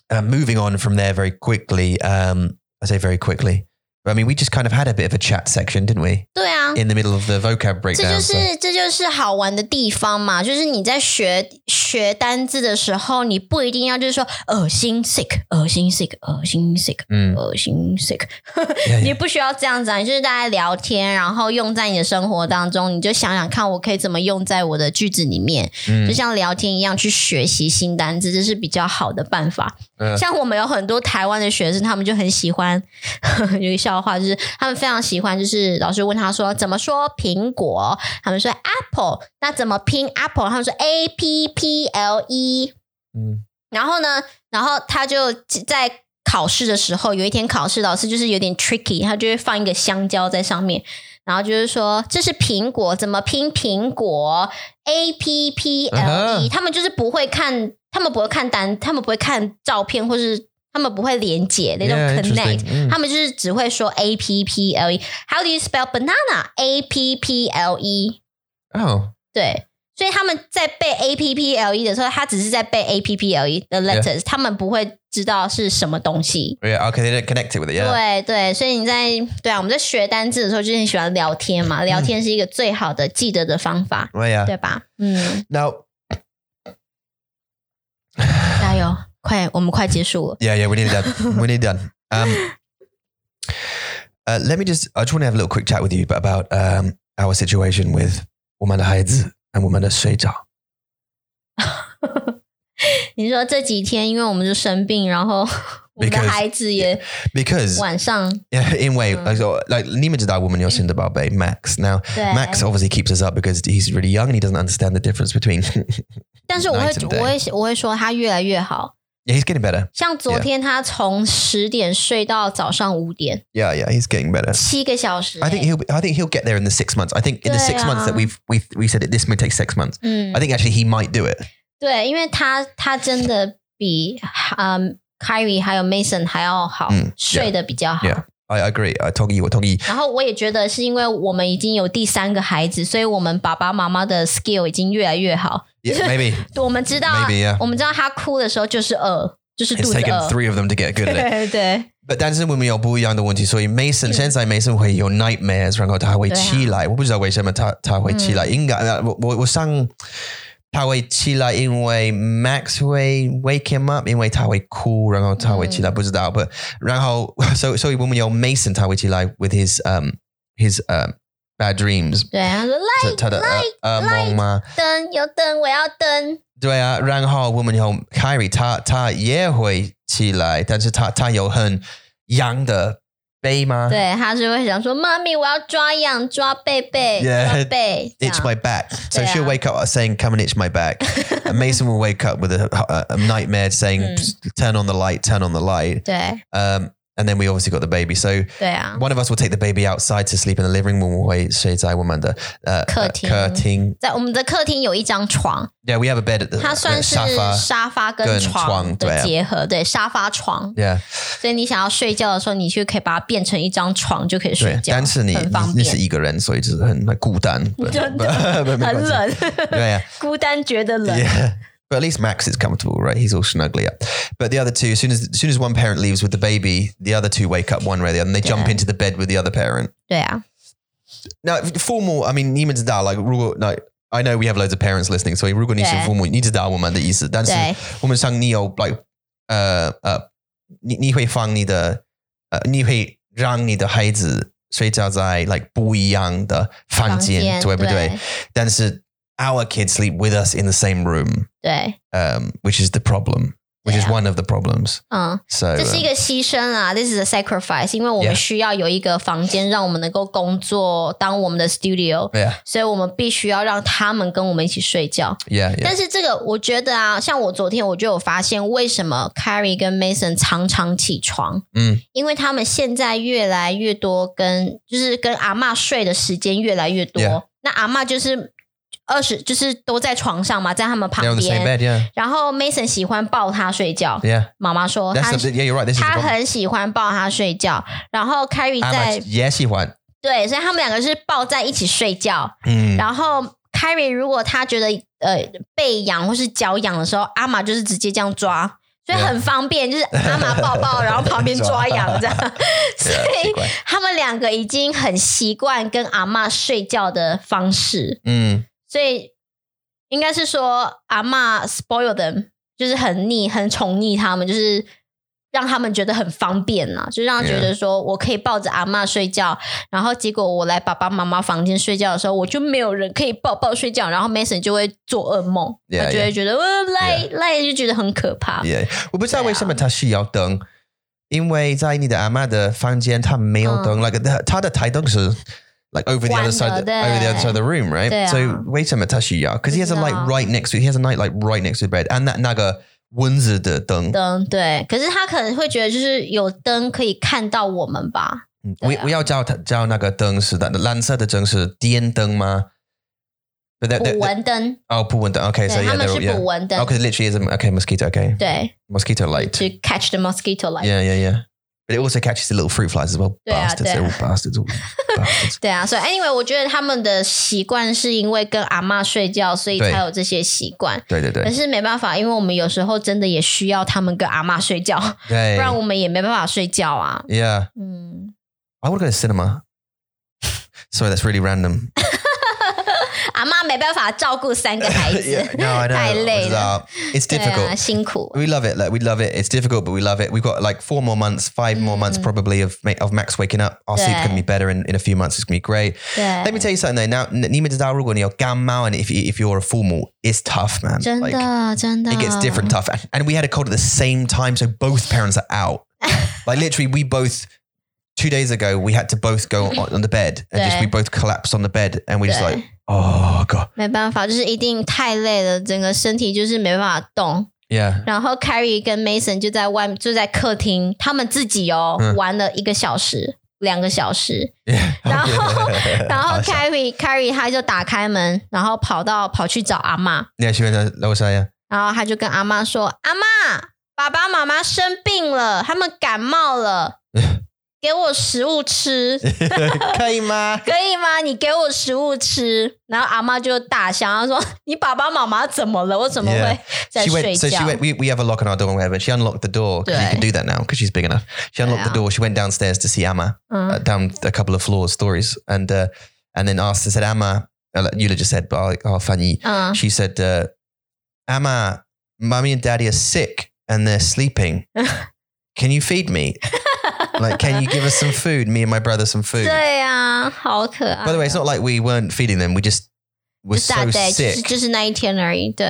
S1: uh, moving on from there very quickly. Um, I say very quickly. I mean, we just kind of had a bit of a chat section, didn't we?
S2: 对啊，
S1: In the middle of the vocab
S2: 这就
S1: breakdown. so-
S2: 是这就是好玩的地方嘛，就是你在学学单字的时候，你不一定要就是说恶心 sick，恶心 sick，恶心 sick，
S1: Mm.
S2: 恶心 sick，
S1: Yeah,
S2: 你
S1: yeah.
S2: 不需要这样子啊，你就是大家聊天，然后用在你的生活当中，你就想想看，我可以怎么用在我的句子里面，
S1: Mm.
S2: 就像聊天一样去学习新单字，这是比较好的办法。
S1: 嗯
S2: 像我们有很多台湾的学生，他们就很喜欢 有一个笑话，就是他们非常喜欢，就是老师问他说怎么说苹果，他们说 apple，那怎么拼 apple？他们说 a p p l e。
S1: Mm.
S2: 然后呢，然后他就在考试的时候，有一天考试，老师就是有点 tricky，他就会放一个香蕉在上面，然后就是说这是苹果，怎么拼苹果？A P P L
S1: 嗯
S2: E，、
S1: 哼
S2: 他们就是不会看，他们不会看单，他们不会看照片，或是他们不会连接那种
S1: Yeah,
S2: connect
S1: interesting.。Mm.
S2: 他们就是只会说 A P P L E，How do you spell banana? A P P L E，
S1: Oh,
S2: 对，所以他们在背 A P P L E 的时候，他只是在背 A P P L E 的 letters，、他们不会知道是什么东西。
S1: yeah. Okay, they don't connect it with it. Yeah.
S2: 对对，所以你在对啊，我们在学单字的时候，就是很喜欢聊天嘛，
S1: 嗯
S2: 聊天是一个最好的记得的方法，
S1: Well, yeah.
S2: 对吧？嗯，
S1: Now,
S2: 加油，快，我们快结束了。
S1: yeah, yeah, we're nearly done. we're nearly done. Um, uh, let me just, I just want to have a little quick chat with you about um, our situation with woman hides and woman Sheta.
S2: 你说这几天，因为我们就生病，然后 我们的
S1: Because-
S2: 孩子也
S1: Because
S2: 晚上
S1: yeah, in way,
S2: Mm.
S1: like, so, like Nima did that woman Yosinda Barbe, Max. Now,
S2: 对
S1: Max obviously keeps us up because he's really young and he doesn't understand the difference between.
S2: 但是我会
S1: night and
S2: 我
S1: day
S2: 会我会说他越来越好，
S1: yeah, he's getting better.
S2: 像昨
S1: Yeah
S2: 天他从十点睡到早上五点，
S1: Yeah, yeah, he's getting better.
S2: 七个小时、
S1: I think
S2: 欸
S1: he'll. I think he'll get there in the six months. I think in the six months that
S2: Yeah.
S1: we've we have we said it. This may take six months.
S2: 嗯
S1: I，think actually he might do it.
S2: 对，因为他他真的比嗯 Kyrie 还有 Mason 还要好，
S1: 嗯
S2: 睡得比较好。
S1: Yeah. I agree. I Togi, what Togi?
S2: 然后我也觉得是因为我们已经有第三个孩子，所以我们爸爸妈妈的 skill 已经越来越好。
S1: Yeah, maybe
S2: 我们知道
S1: Maybe, yeah.
S2: 我们知道他哭的时候就是饿，就是肚
S1: it's
S2: 子
S1: taken
S2: 饿。
S1: three of them to get good at it.
S2: 对对
S1: But that's when we are boy young the one so you Mason since I Mason where your nightmares rang out how way
S2: 对啊。
S1: chi like what was that way some ta ta way chi
S2: 嗯。
S1: like in was sang ta way chi like in way max way wake him up in way ta way cool rang out ta way chi
S2: 嗯。
S1: like was that but rang how so so when we are Mason ta way chi like with his um his um bad dreams
S2: 对，他说
S1: 他
S2: 赖
S1: 他的啊噩噩梦吗？
S2: 灯有灯，我要灯。
S1: 对啊，然后我们有 Kyrie，他他也会起来，但是他他有很痒的背吗？
S2: 对，他是会想说：“妈咪，我要抓痒，抓贝贝
S1: Yeah，
S2: 抓贝。这样”
S1: Itch my back. So
S2: 对啊。
S1: she'll wake up saying, "Come and itch my back." and Mason will wake up with a, a, a nightmare saying,
S2: 嗯。
S1: "Turn on the light, turn on the light."
S2: 对
S1: Um, and then we obviously got the baby. So
S2: 对啊，
S1: one of us will take the baby outside to sleep in the living room. We'll shades I wonder. Uh,
S2: 客厅。
S1: curtain.
S2: 在我们的客厅有一张床，
S1: Yeah, we have a bed at the
S2: 它算是
S1: sofa.
S2: 沙发跟
S1: 跟
S2: 床
S1: 床对
S2: 的
S1: 啊
S2: 结合，对沙发床。
S1: Yeah.
S2: 所以你想要睡觉的时候，你就可以把它变成一张床，就可以睡
S1: 对，
S2: 觉，
S1: 但是你
S2: 很方
S1: 你你是
S2: 便。
S1: 一个人，所以 就是很很孤单，不
S2: 真的
S1: 不
S2: 很。
S1: 不没关系
S2: 冷，
S1: 对呀、
S2: 孤单觉得
S1: yeah,
S2: 冷。
S1: But at least Max is comfortable, right? He's all snuggly up. But the other two, as soon as, as soon as one parent leaves with the baby, the other two wake up one way or the other, and they jump
S2: Yeah.
S1: into the bed with the other parent.
S2: 对啊，
S1: Now, formal. I mean, 你们知道 like 如果 like I know we have loads of parents listening, so
S2: 对。
S1: 如果你是父母，你知道
S2: 对
S1: 我们的意思，但是我们想你有 like uh, uh, 呃呃，你你会放你的呃，你会让你的孩子睡觉在 like
S2: 间
S1: 不一样的房间，对不对？但是 our kids sleep with us in the same room,
S2: 对
S1: um, which is the problem. which is one of the problems.
S2: 嗯，
S1: So
S2: 这是一
S1: um,
S2: 个牺牲啊，this is a sacrifice，因为我
S1: Yeah.
S2: 们需要有一个房间让我们能够工作，当我们的 studio，
S1: yeah,
S2: 所以我们必须要让他们跟我们一起睡觉。
S1: yeah, yeah.
S2: 但是这个，我觉得啊，像我昨天我就有发现，为什么 Carrie 跟 Mason 常常起床？
S1: 嗯，
S2: 因为他们现在越来越多跟就是跟阿嬷睡的时间越来越多。
S1: Yeah.
S2: 那阿嬷就是二十，就是都在床上嘛，在他们
S1: They're
S2: 旁
S1: on the Oh, same
S2: 边。
S1: bed. Yeah,
S2: 然后 Mason 喜欢抱她睡觉，
S1: yeah.
S2: 妈妈说
S1: That's
S2: 他
S1: the, yeah. You're right. This is the
S2: 他
S1: problem.
S2: 很喜欢抱她睡觉。然后 Carrie
S1: I'm a-
S2: 在
S1: yes, you want.
S2: 对，所以他们两个是抱在一起睡觉。
S1: Mm.
S2: 然后 Carrie 如果他觉得呃背痒或是脚痒的时候，阿玛就是直接这样抓，所以
S1: Yeah.
S2: 很方便，就是阿玛抱抱，然后旁边抓痒这样。 所
S1: Yeah,
S2: 以
S1: 奇怪。
S2: 他们两个已经很习惯跟阿嬷睡觉的方式，
S1: Mm.
S2: 所以应该是说阿嬷 spoil them，就是很溺、很宠溺他们，就是让他们觉得很方便呐、就让他
S1: 嗯
S2: 觉得说我可以抱着阿嬷睡觉，然后结果我来爸爸妈妈房间睡觉的时候，我就没有人可以抱抱睡觉，然后 Mason 就会做噩梦
S1: Yeah,
S2: 他就会觉得呃赖赖就觉得很可怕。
S1: Yeah. 我不知道为什么他需要灯，因为在你的阿妈的房间，他没有灯。Like 他-他的台灯是 like over the other
S2: 关的，
S1: side,
S2: 对。
S1: over the other side of the room, right?
S2: 对啊。
S1: So wait a minute, 他需要，because he has a light
S2: 不知道。
S1: right next to, he has a night like right next to the bed, and that 那个蚊子的灯。
S2: 灯对，可是他可能会觉得就是有灯可以看到我们吧，
S1: 嗯，
S2: 对
S1: 我
S2: 啊
S1: 我要叫他叫那个灯是蓝蓝色的灯是电灯吗？对呃对
S2: 捕
S1: 对，
S2: 蚊灯，
S1: 哦，捕蚊灯。OK，所
S2: 对
S1: 以
S2: 他们是捕
S1: yeah，
S2: 蚊灯，
S1: OK，literally is a OK mosquito. OK，
S2: 对，
S1: mosquito light.
S2: 去 catch the mosquito light。
S1: Yeah, yeah, yeah. But it also catches the little fruit flies as well.
S2: 对啊
S1: Bastards,
S2: 对啊
S1: they're all bastards. all bastards.
S2: 对啊，所以 anyway，我觉得他们的习惯是因为跟阿嬷睡觉，所以
S1: 对
S2: 才有这些习惯。
S1: 对对
S2: 可
S1: 对，
S2: 是没办法，因为我们有时候真的也需要他们跟阿嬷 睡觉，不
S1: 对
S2: 然我们也没办法睡觉啊。
S1: Yeah,
S2: 嗯，
S1: I want to go to cinema. Sorry, that's really random.
S2: 阿嬷没办法照顾三个孩子
S1: Yeah, no, I know.
S2: 太
S1: 我
S2: 累
S1: 知
S2: 了，
S1: 道 It's
S2: 对啊，
S1: difficult.
S2: 辛苦。
S1: We love it. Like we love it. It's difficult, but we love it. We've got like four more months, five more months
S2: Mm.
S1: probably of ma- of Max waking up. Our sleep's gonna be better in, in a few months. It's gonna be great.
S2: 对
S1: Let me tell you something though. Now, 你们知道，如果你有感冒 and if if you're a formal, it's tough, man.
S2: 真
S1: Like,
S2: 的真的
S1: It gets different tough. And, and we had a cold at the same time. So both parents are out. like literally, we both, two days ago, we had to both go on, on the bed and just,
S2: Yeah.
S1: we both collapsed on the bed. And we're just
S2: Yeah.
S1: like, oh, God.
S2: 没办法，就是一定太累了，整个身体就是没办法动。
S1: Yeah.
S2: 然后 Carrie 跟 Mason 就在外就在客厅，他们自己哦、
S1: 嗯
S2: 玩了一个小时、两个小时。
S1: yeah.
S2: 然后-然后
S1: 好笑。
S2: Carrie Carrie 他就打开门，然后跑到跑去找阿嬷，
S1: Yeah, she went uh, to Lower yeah.
S2: 然后他就跟阿嬷说：“阿嬷，爸爸妈妈生病了，他们感 冒了，给我食物吃。”
S1: 可以吗？
S2: 可以吗？你给我食物吃，然后阿嬷就大笑，她说：“你爸爸妈妈怎么了？我怎么
S1: Yeah.
S2: 会在
S1: She
S2: 睡
S1: went, so
S2: 觉
S1: she went, we, we have a lock on our door and whatever. She unlocked the door because you can do that now because she's big enough. She unlocked the
S2: Yeah. Mm.
S1: door. She went downstairs to see Amma.
S2: 嗯
S1: uh,，down a couple of floors, stories, and uh, and then asked. I said, "Amma," uh, like Yula just said, "But I'll- I'll find you."
S2: 嗯
S1: She said, uh, "Amma, mummy and daddy are sick and they're sleeping. Can you feed me? Like, can you give us some food? Me and my brother some food."
S2: 对啊，好可爱
S1: By the way, it's not like we weren't feeding them. We just were
S2: 就是
S1: so
S2: 大概就是
S1: sick,
S2: 就是那一天而已。对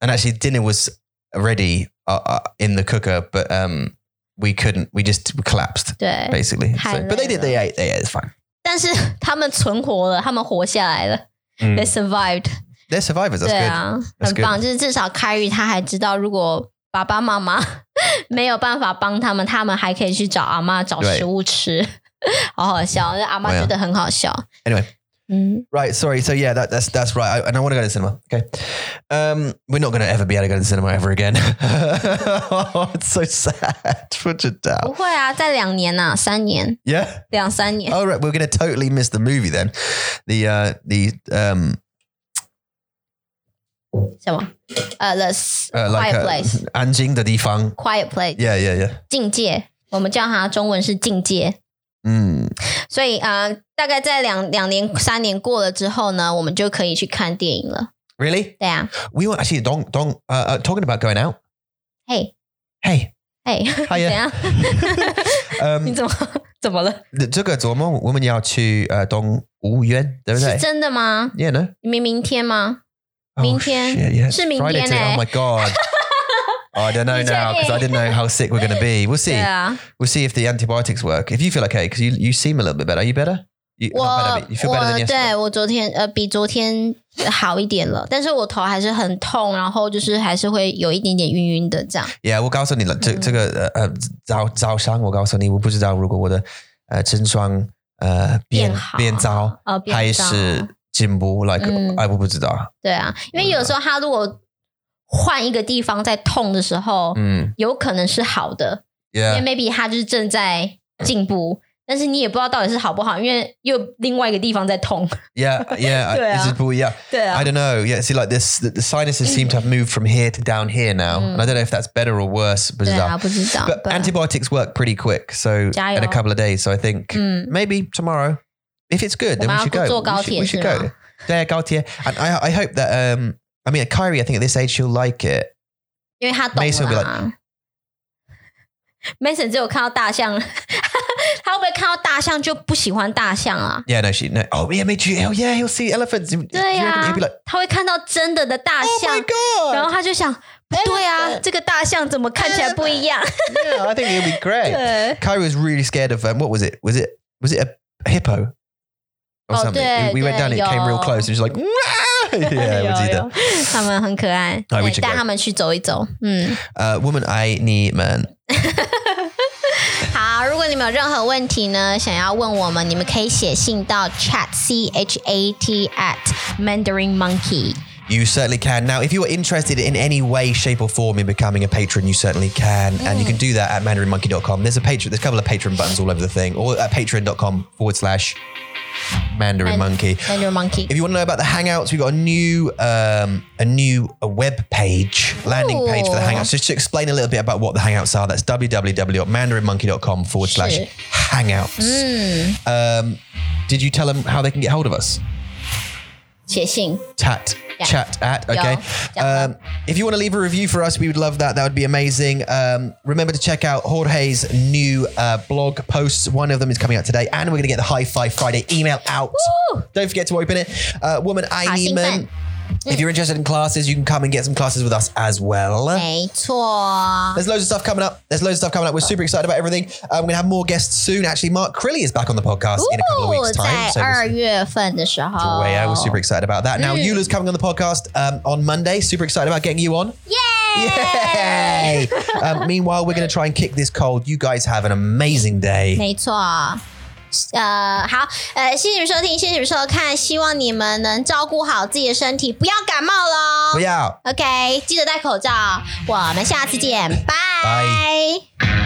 S1: and actually dinner was ready uh, uh, in the cooker, but um, we couldn't. We just collapsed.
S2: 对，
S1: Basically,
S2: Hi,
S1: So- but they did.
S2: Lola.
S1: They ate. They ate. It's fine.
S2: 但是他们存活了，他们活下来了、
S1: Mm.
S2: t h e y survived。
S1: They're survivors. That's
S2: 对
S1: good.
S2: 啊，
S1: That's
S2: 很棒，就是至少凯宇他还知道，如果爸爸妈妈 没有办法帮他们，他们还可以去找阿妈找
S1: 对
S2: 食物吃， 好好笑，那阿妈
S1: 对啊
S2: 觉得很好笑。
S1: Anyway.
S2: 嗯，
S1: Right, sorry. So yeah, that, that's that's right. I, and I want to go to the cinema. Okay, um, we're not going to ever be able to go to the cinema ever again. oh, it's so sad. Put it
S2: 不
S1: down.
S2: 会啊，在两年呐、三年，
S1: Yeah.
S2: 两三年。
S1: All right, we're going to totally miss the movie then. The uh, the um,
S2: 什么？呃、t h e s
S1: uh, like uh,
S2: Quiet Place
S1: Anjing the Difang.
S2: Quiet Place
S1: Yeah, yeah, yeah.
S2: 境界，我们叫它中文是境界。
S1: Mm.
S2: 所以啊、呃大概在两两年、三年过了之后呢，我们就可以去看电影了。
S1: Really?
S2: 对啊，
S1: We were actually Dong Dong uh, uh, talking about going out.
S2: 嘿，
S1: Hey,
S2: 嘿，
S1: 哎呀
S2: 怎样？你
S1: um,
S2: 怎么怎么了？
S1: 这个琢磨我们要
S2: 是
S1: 去呃东吴园，对不对？
S2: 真的吗？
S1: Yeah, no. Oh,
S2: 明明天吗？明天
S1: shit, yeah.
S2: 是明
S1: Friday
S2: 天
S1: today.
S2: 欸
S1: Oh my god. Oh, I don't know
S2: You
S1: now because I didn't know how sick we're going to be. We'll see.
S2: 对啊，
S1: We'll see if the antibiotics work. If you feel okay, because you, you seem a little bit better. Are you better? You,
S2: 我
S1: not better, but you feel better than
S2: 我
S1: yesterday.
S2: 对我昨天呃比昨天好一点了，但是我头还是很痛，然后就是还是会有一点点晕晕的这样。
S1: Yeah，我告诉你了，这、
S2: 嗯
S1: 这个呃呃早早上，我告诉你，我不知道如果我的呃症状呃变
S2: 变好
S1: 变糟
S2: 呃变
S1: 还
S2: 糟
S1: 是进步，like、
S2: 嗯
S1: 哎，我不知道。
S2: 对啊，因为有时候他如果换一个地方在痛的时候，
S1: 嗯
S2: 有可能是好的，因为
S1: ，Yeah，
S2: maybe 他就是正在进步，但是你也不知道到底是好不好，因为又另外一个地方在痛。
S1: yeah, yeah，
S2: 对啊
S1: it's just- yeah.
S2: 对啊
S1: I，don't know. Yeah, see, like this, the, the sinuses seem to have moved from here to down here now, and I don't know if that's better or worse. 不知
S2: 对啊，
S1: 道。
S2: Mm。不知道。啊
S1: But
S2: but-
S1: antibiotics work pretty quick, so in a
S2: 加油。Mm。
S1: couple of days. So I think
S2: 嗯
S1: maybe tomorrow, if it's good, then we
S2: 我们要
S1: should go.
S2: 坐高铁
S1: We should, we should go.
S2: 是吗？
S1: Yeah, Gautier. And I, I hope that. Um, I mean, Kyrie, I think at this age she'll like it.
S2: 因为他懂
S1: Mason will be
S2: 啦。Mason 只有看到大象， 他会不会看到大象就不喜欢大象啊？
S1: Yeah, no, she. No, oh, yeah, maybe. she- Oh, yeah, he'll see elephants. Do you
S2: 对
S1: reckon
S2: 呀、
S1: He'll be like,
S2: 他会看到真的的大
S1: oh
S2: 象
S1: my，god.
S2: 然后他就想，不对啊，这个大象怎么看起来不一 样？
S1: yeah, I think it'll be great.
S2: 对，
S1: Kyrie was really scared of um, what was it? Was it was it a hippo or
S2: Oh,
S1: something?
S2: yeah,
S1: we went down, and it
S2: yeah,
S1: came real
S2: yeah.
S1: close, and she's like, "Wah!" yeah,
S2: 有
S1: we'll do that.
S2: 有哎他们很可爱，
S1: Alright, we
S2: 对
S1: should
S2: 带
S1: go.
S2: 他们去走一走。嗯，
S1: Uh, woman, I need man.
S2: 好，如果你们有任何问题呢，想要问我们，你们可以写信到 chat c h a t at mandarin monkey。
S1: You certainly can. Now, if you are interested in any way, shape, or form in becoming a patron, you certainly can. And you can do that at mandarinmonkey.com. There's a patron, there's a couple of patron buttons all over the thing, or at patreon.com forward slash mandarin monkey.
S2: Mandarin monkey
S1: If。you want to know about the Hangouts, we've got a new um, a new a web page, landing page for the
S2: Ooh.
S1: Hangouts. Just to explain a little bit about what the Hangouts are, that's www.mandarinmonkey.com forward slash
S2: Shit.
S1: Hangouts. Um, did you tell them how they can get hold of us?
S2: 写信。
S1: Tat,
S2: Yeah.
S1: chat at, okay?
S2: Yeah.
S1: Um, if you want to leave a review for us, we would love that. That would be amazing. Um, remember to check out Jorge's new uh, blog posts. One of them is coming out today, and we're going to get the High Five Friday email out.
S2: Woo!
S1: Don't forget to open it. Uh, woman, I need men.
S2: 兴奋。
S1: If you're interested in classes, you can come and get some classes with us as well.
S2: 没错，
S1: There's loads of stuff coming up. There's loads of stuff coming up. We're super excited about everything. Uh, we're going to have more guests soon. Actually, Mark Crilly is back on the podcast in a couple of
S2: 哦，
S1: weeks' time.
S2: 在
S1: So we'll
S2: 二月份的时候，
S1: way. I was super excited about that. Now, Eula's coming on the podcast um, on Monday. Super excited about getting you on.
S2: 耶！
S1: Yay! um, meanwhile, we're going to try and kick this cold. You guys have an amazing day.
S2: 没错。呃，好，呃，谢谢你们收听，谢谢你们收看，希望你们能照顾好自己的身体，不要感冒喽。
S1: We out.
S2: OK，记得戴口罩。我们下次见，拜。
S1: 拜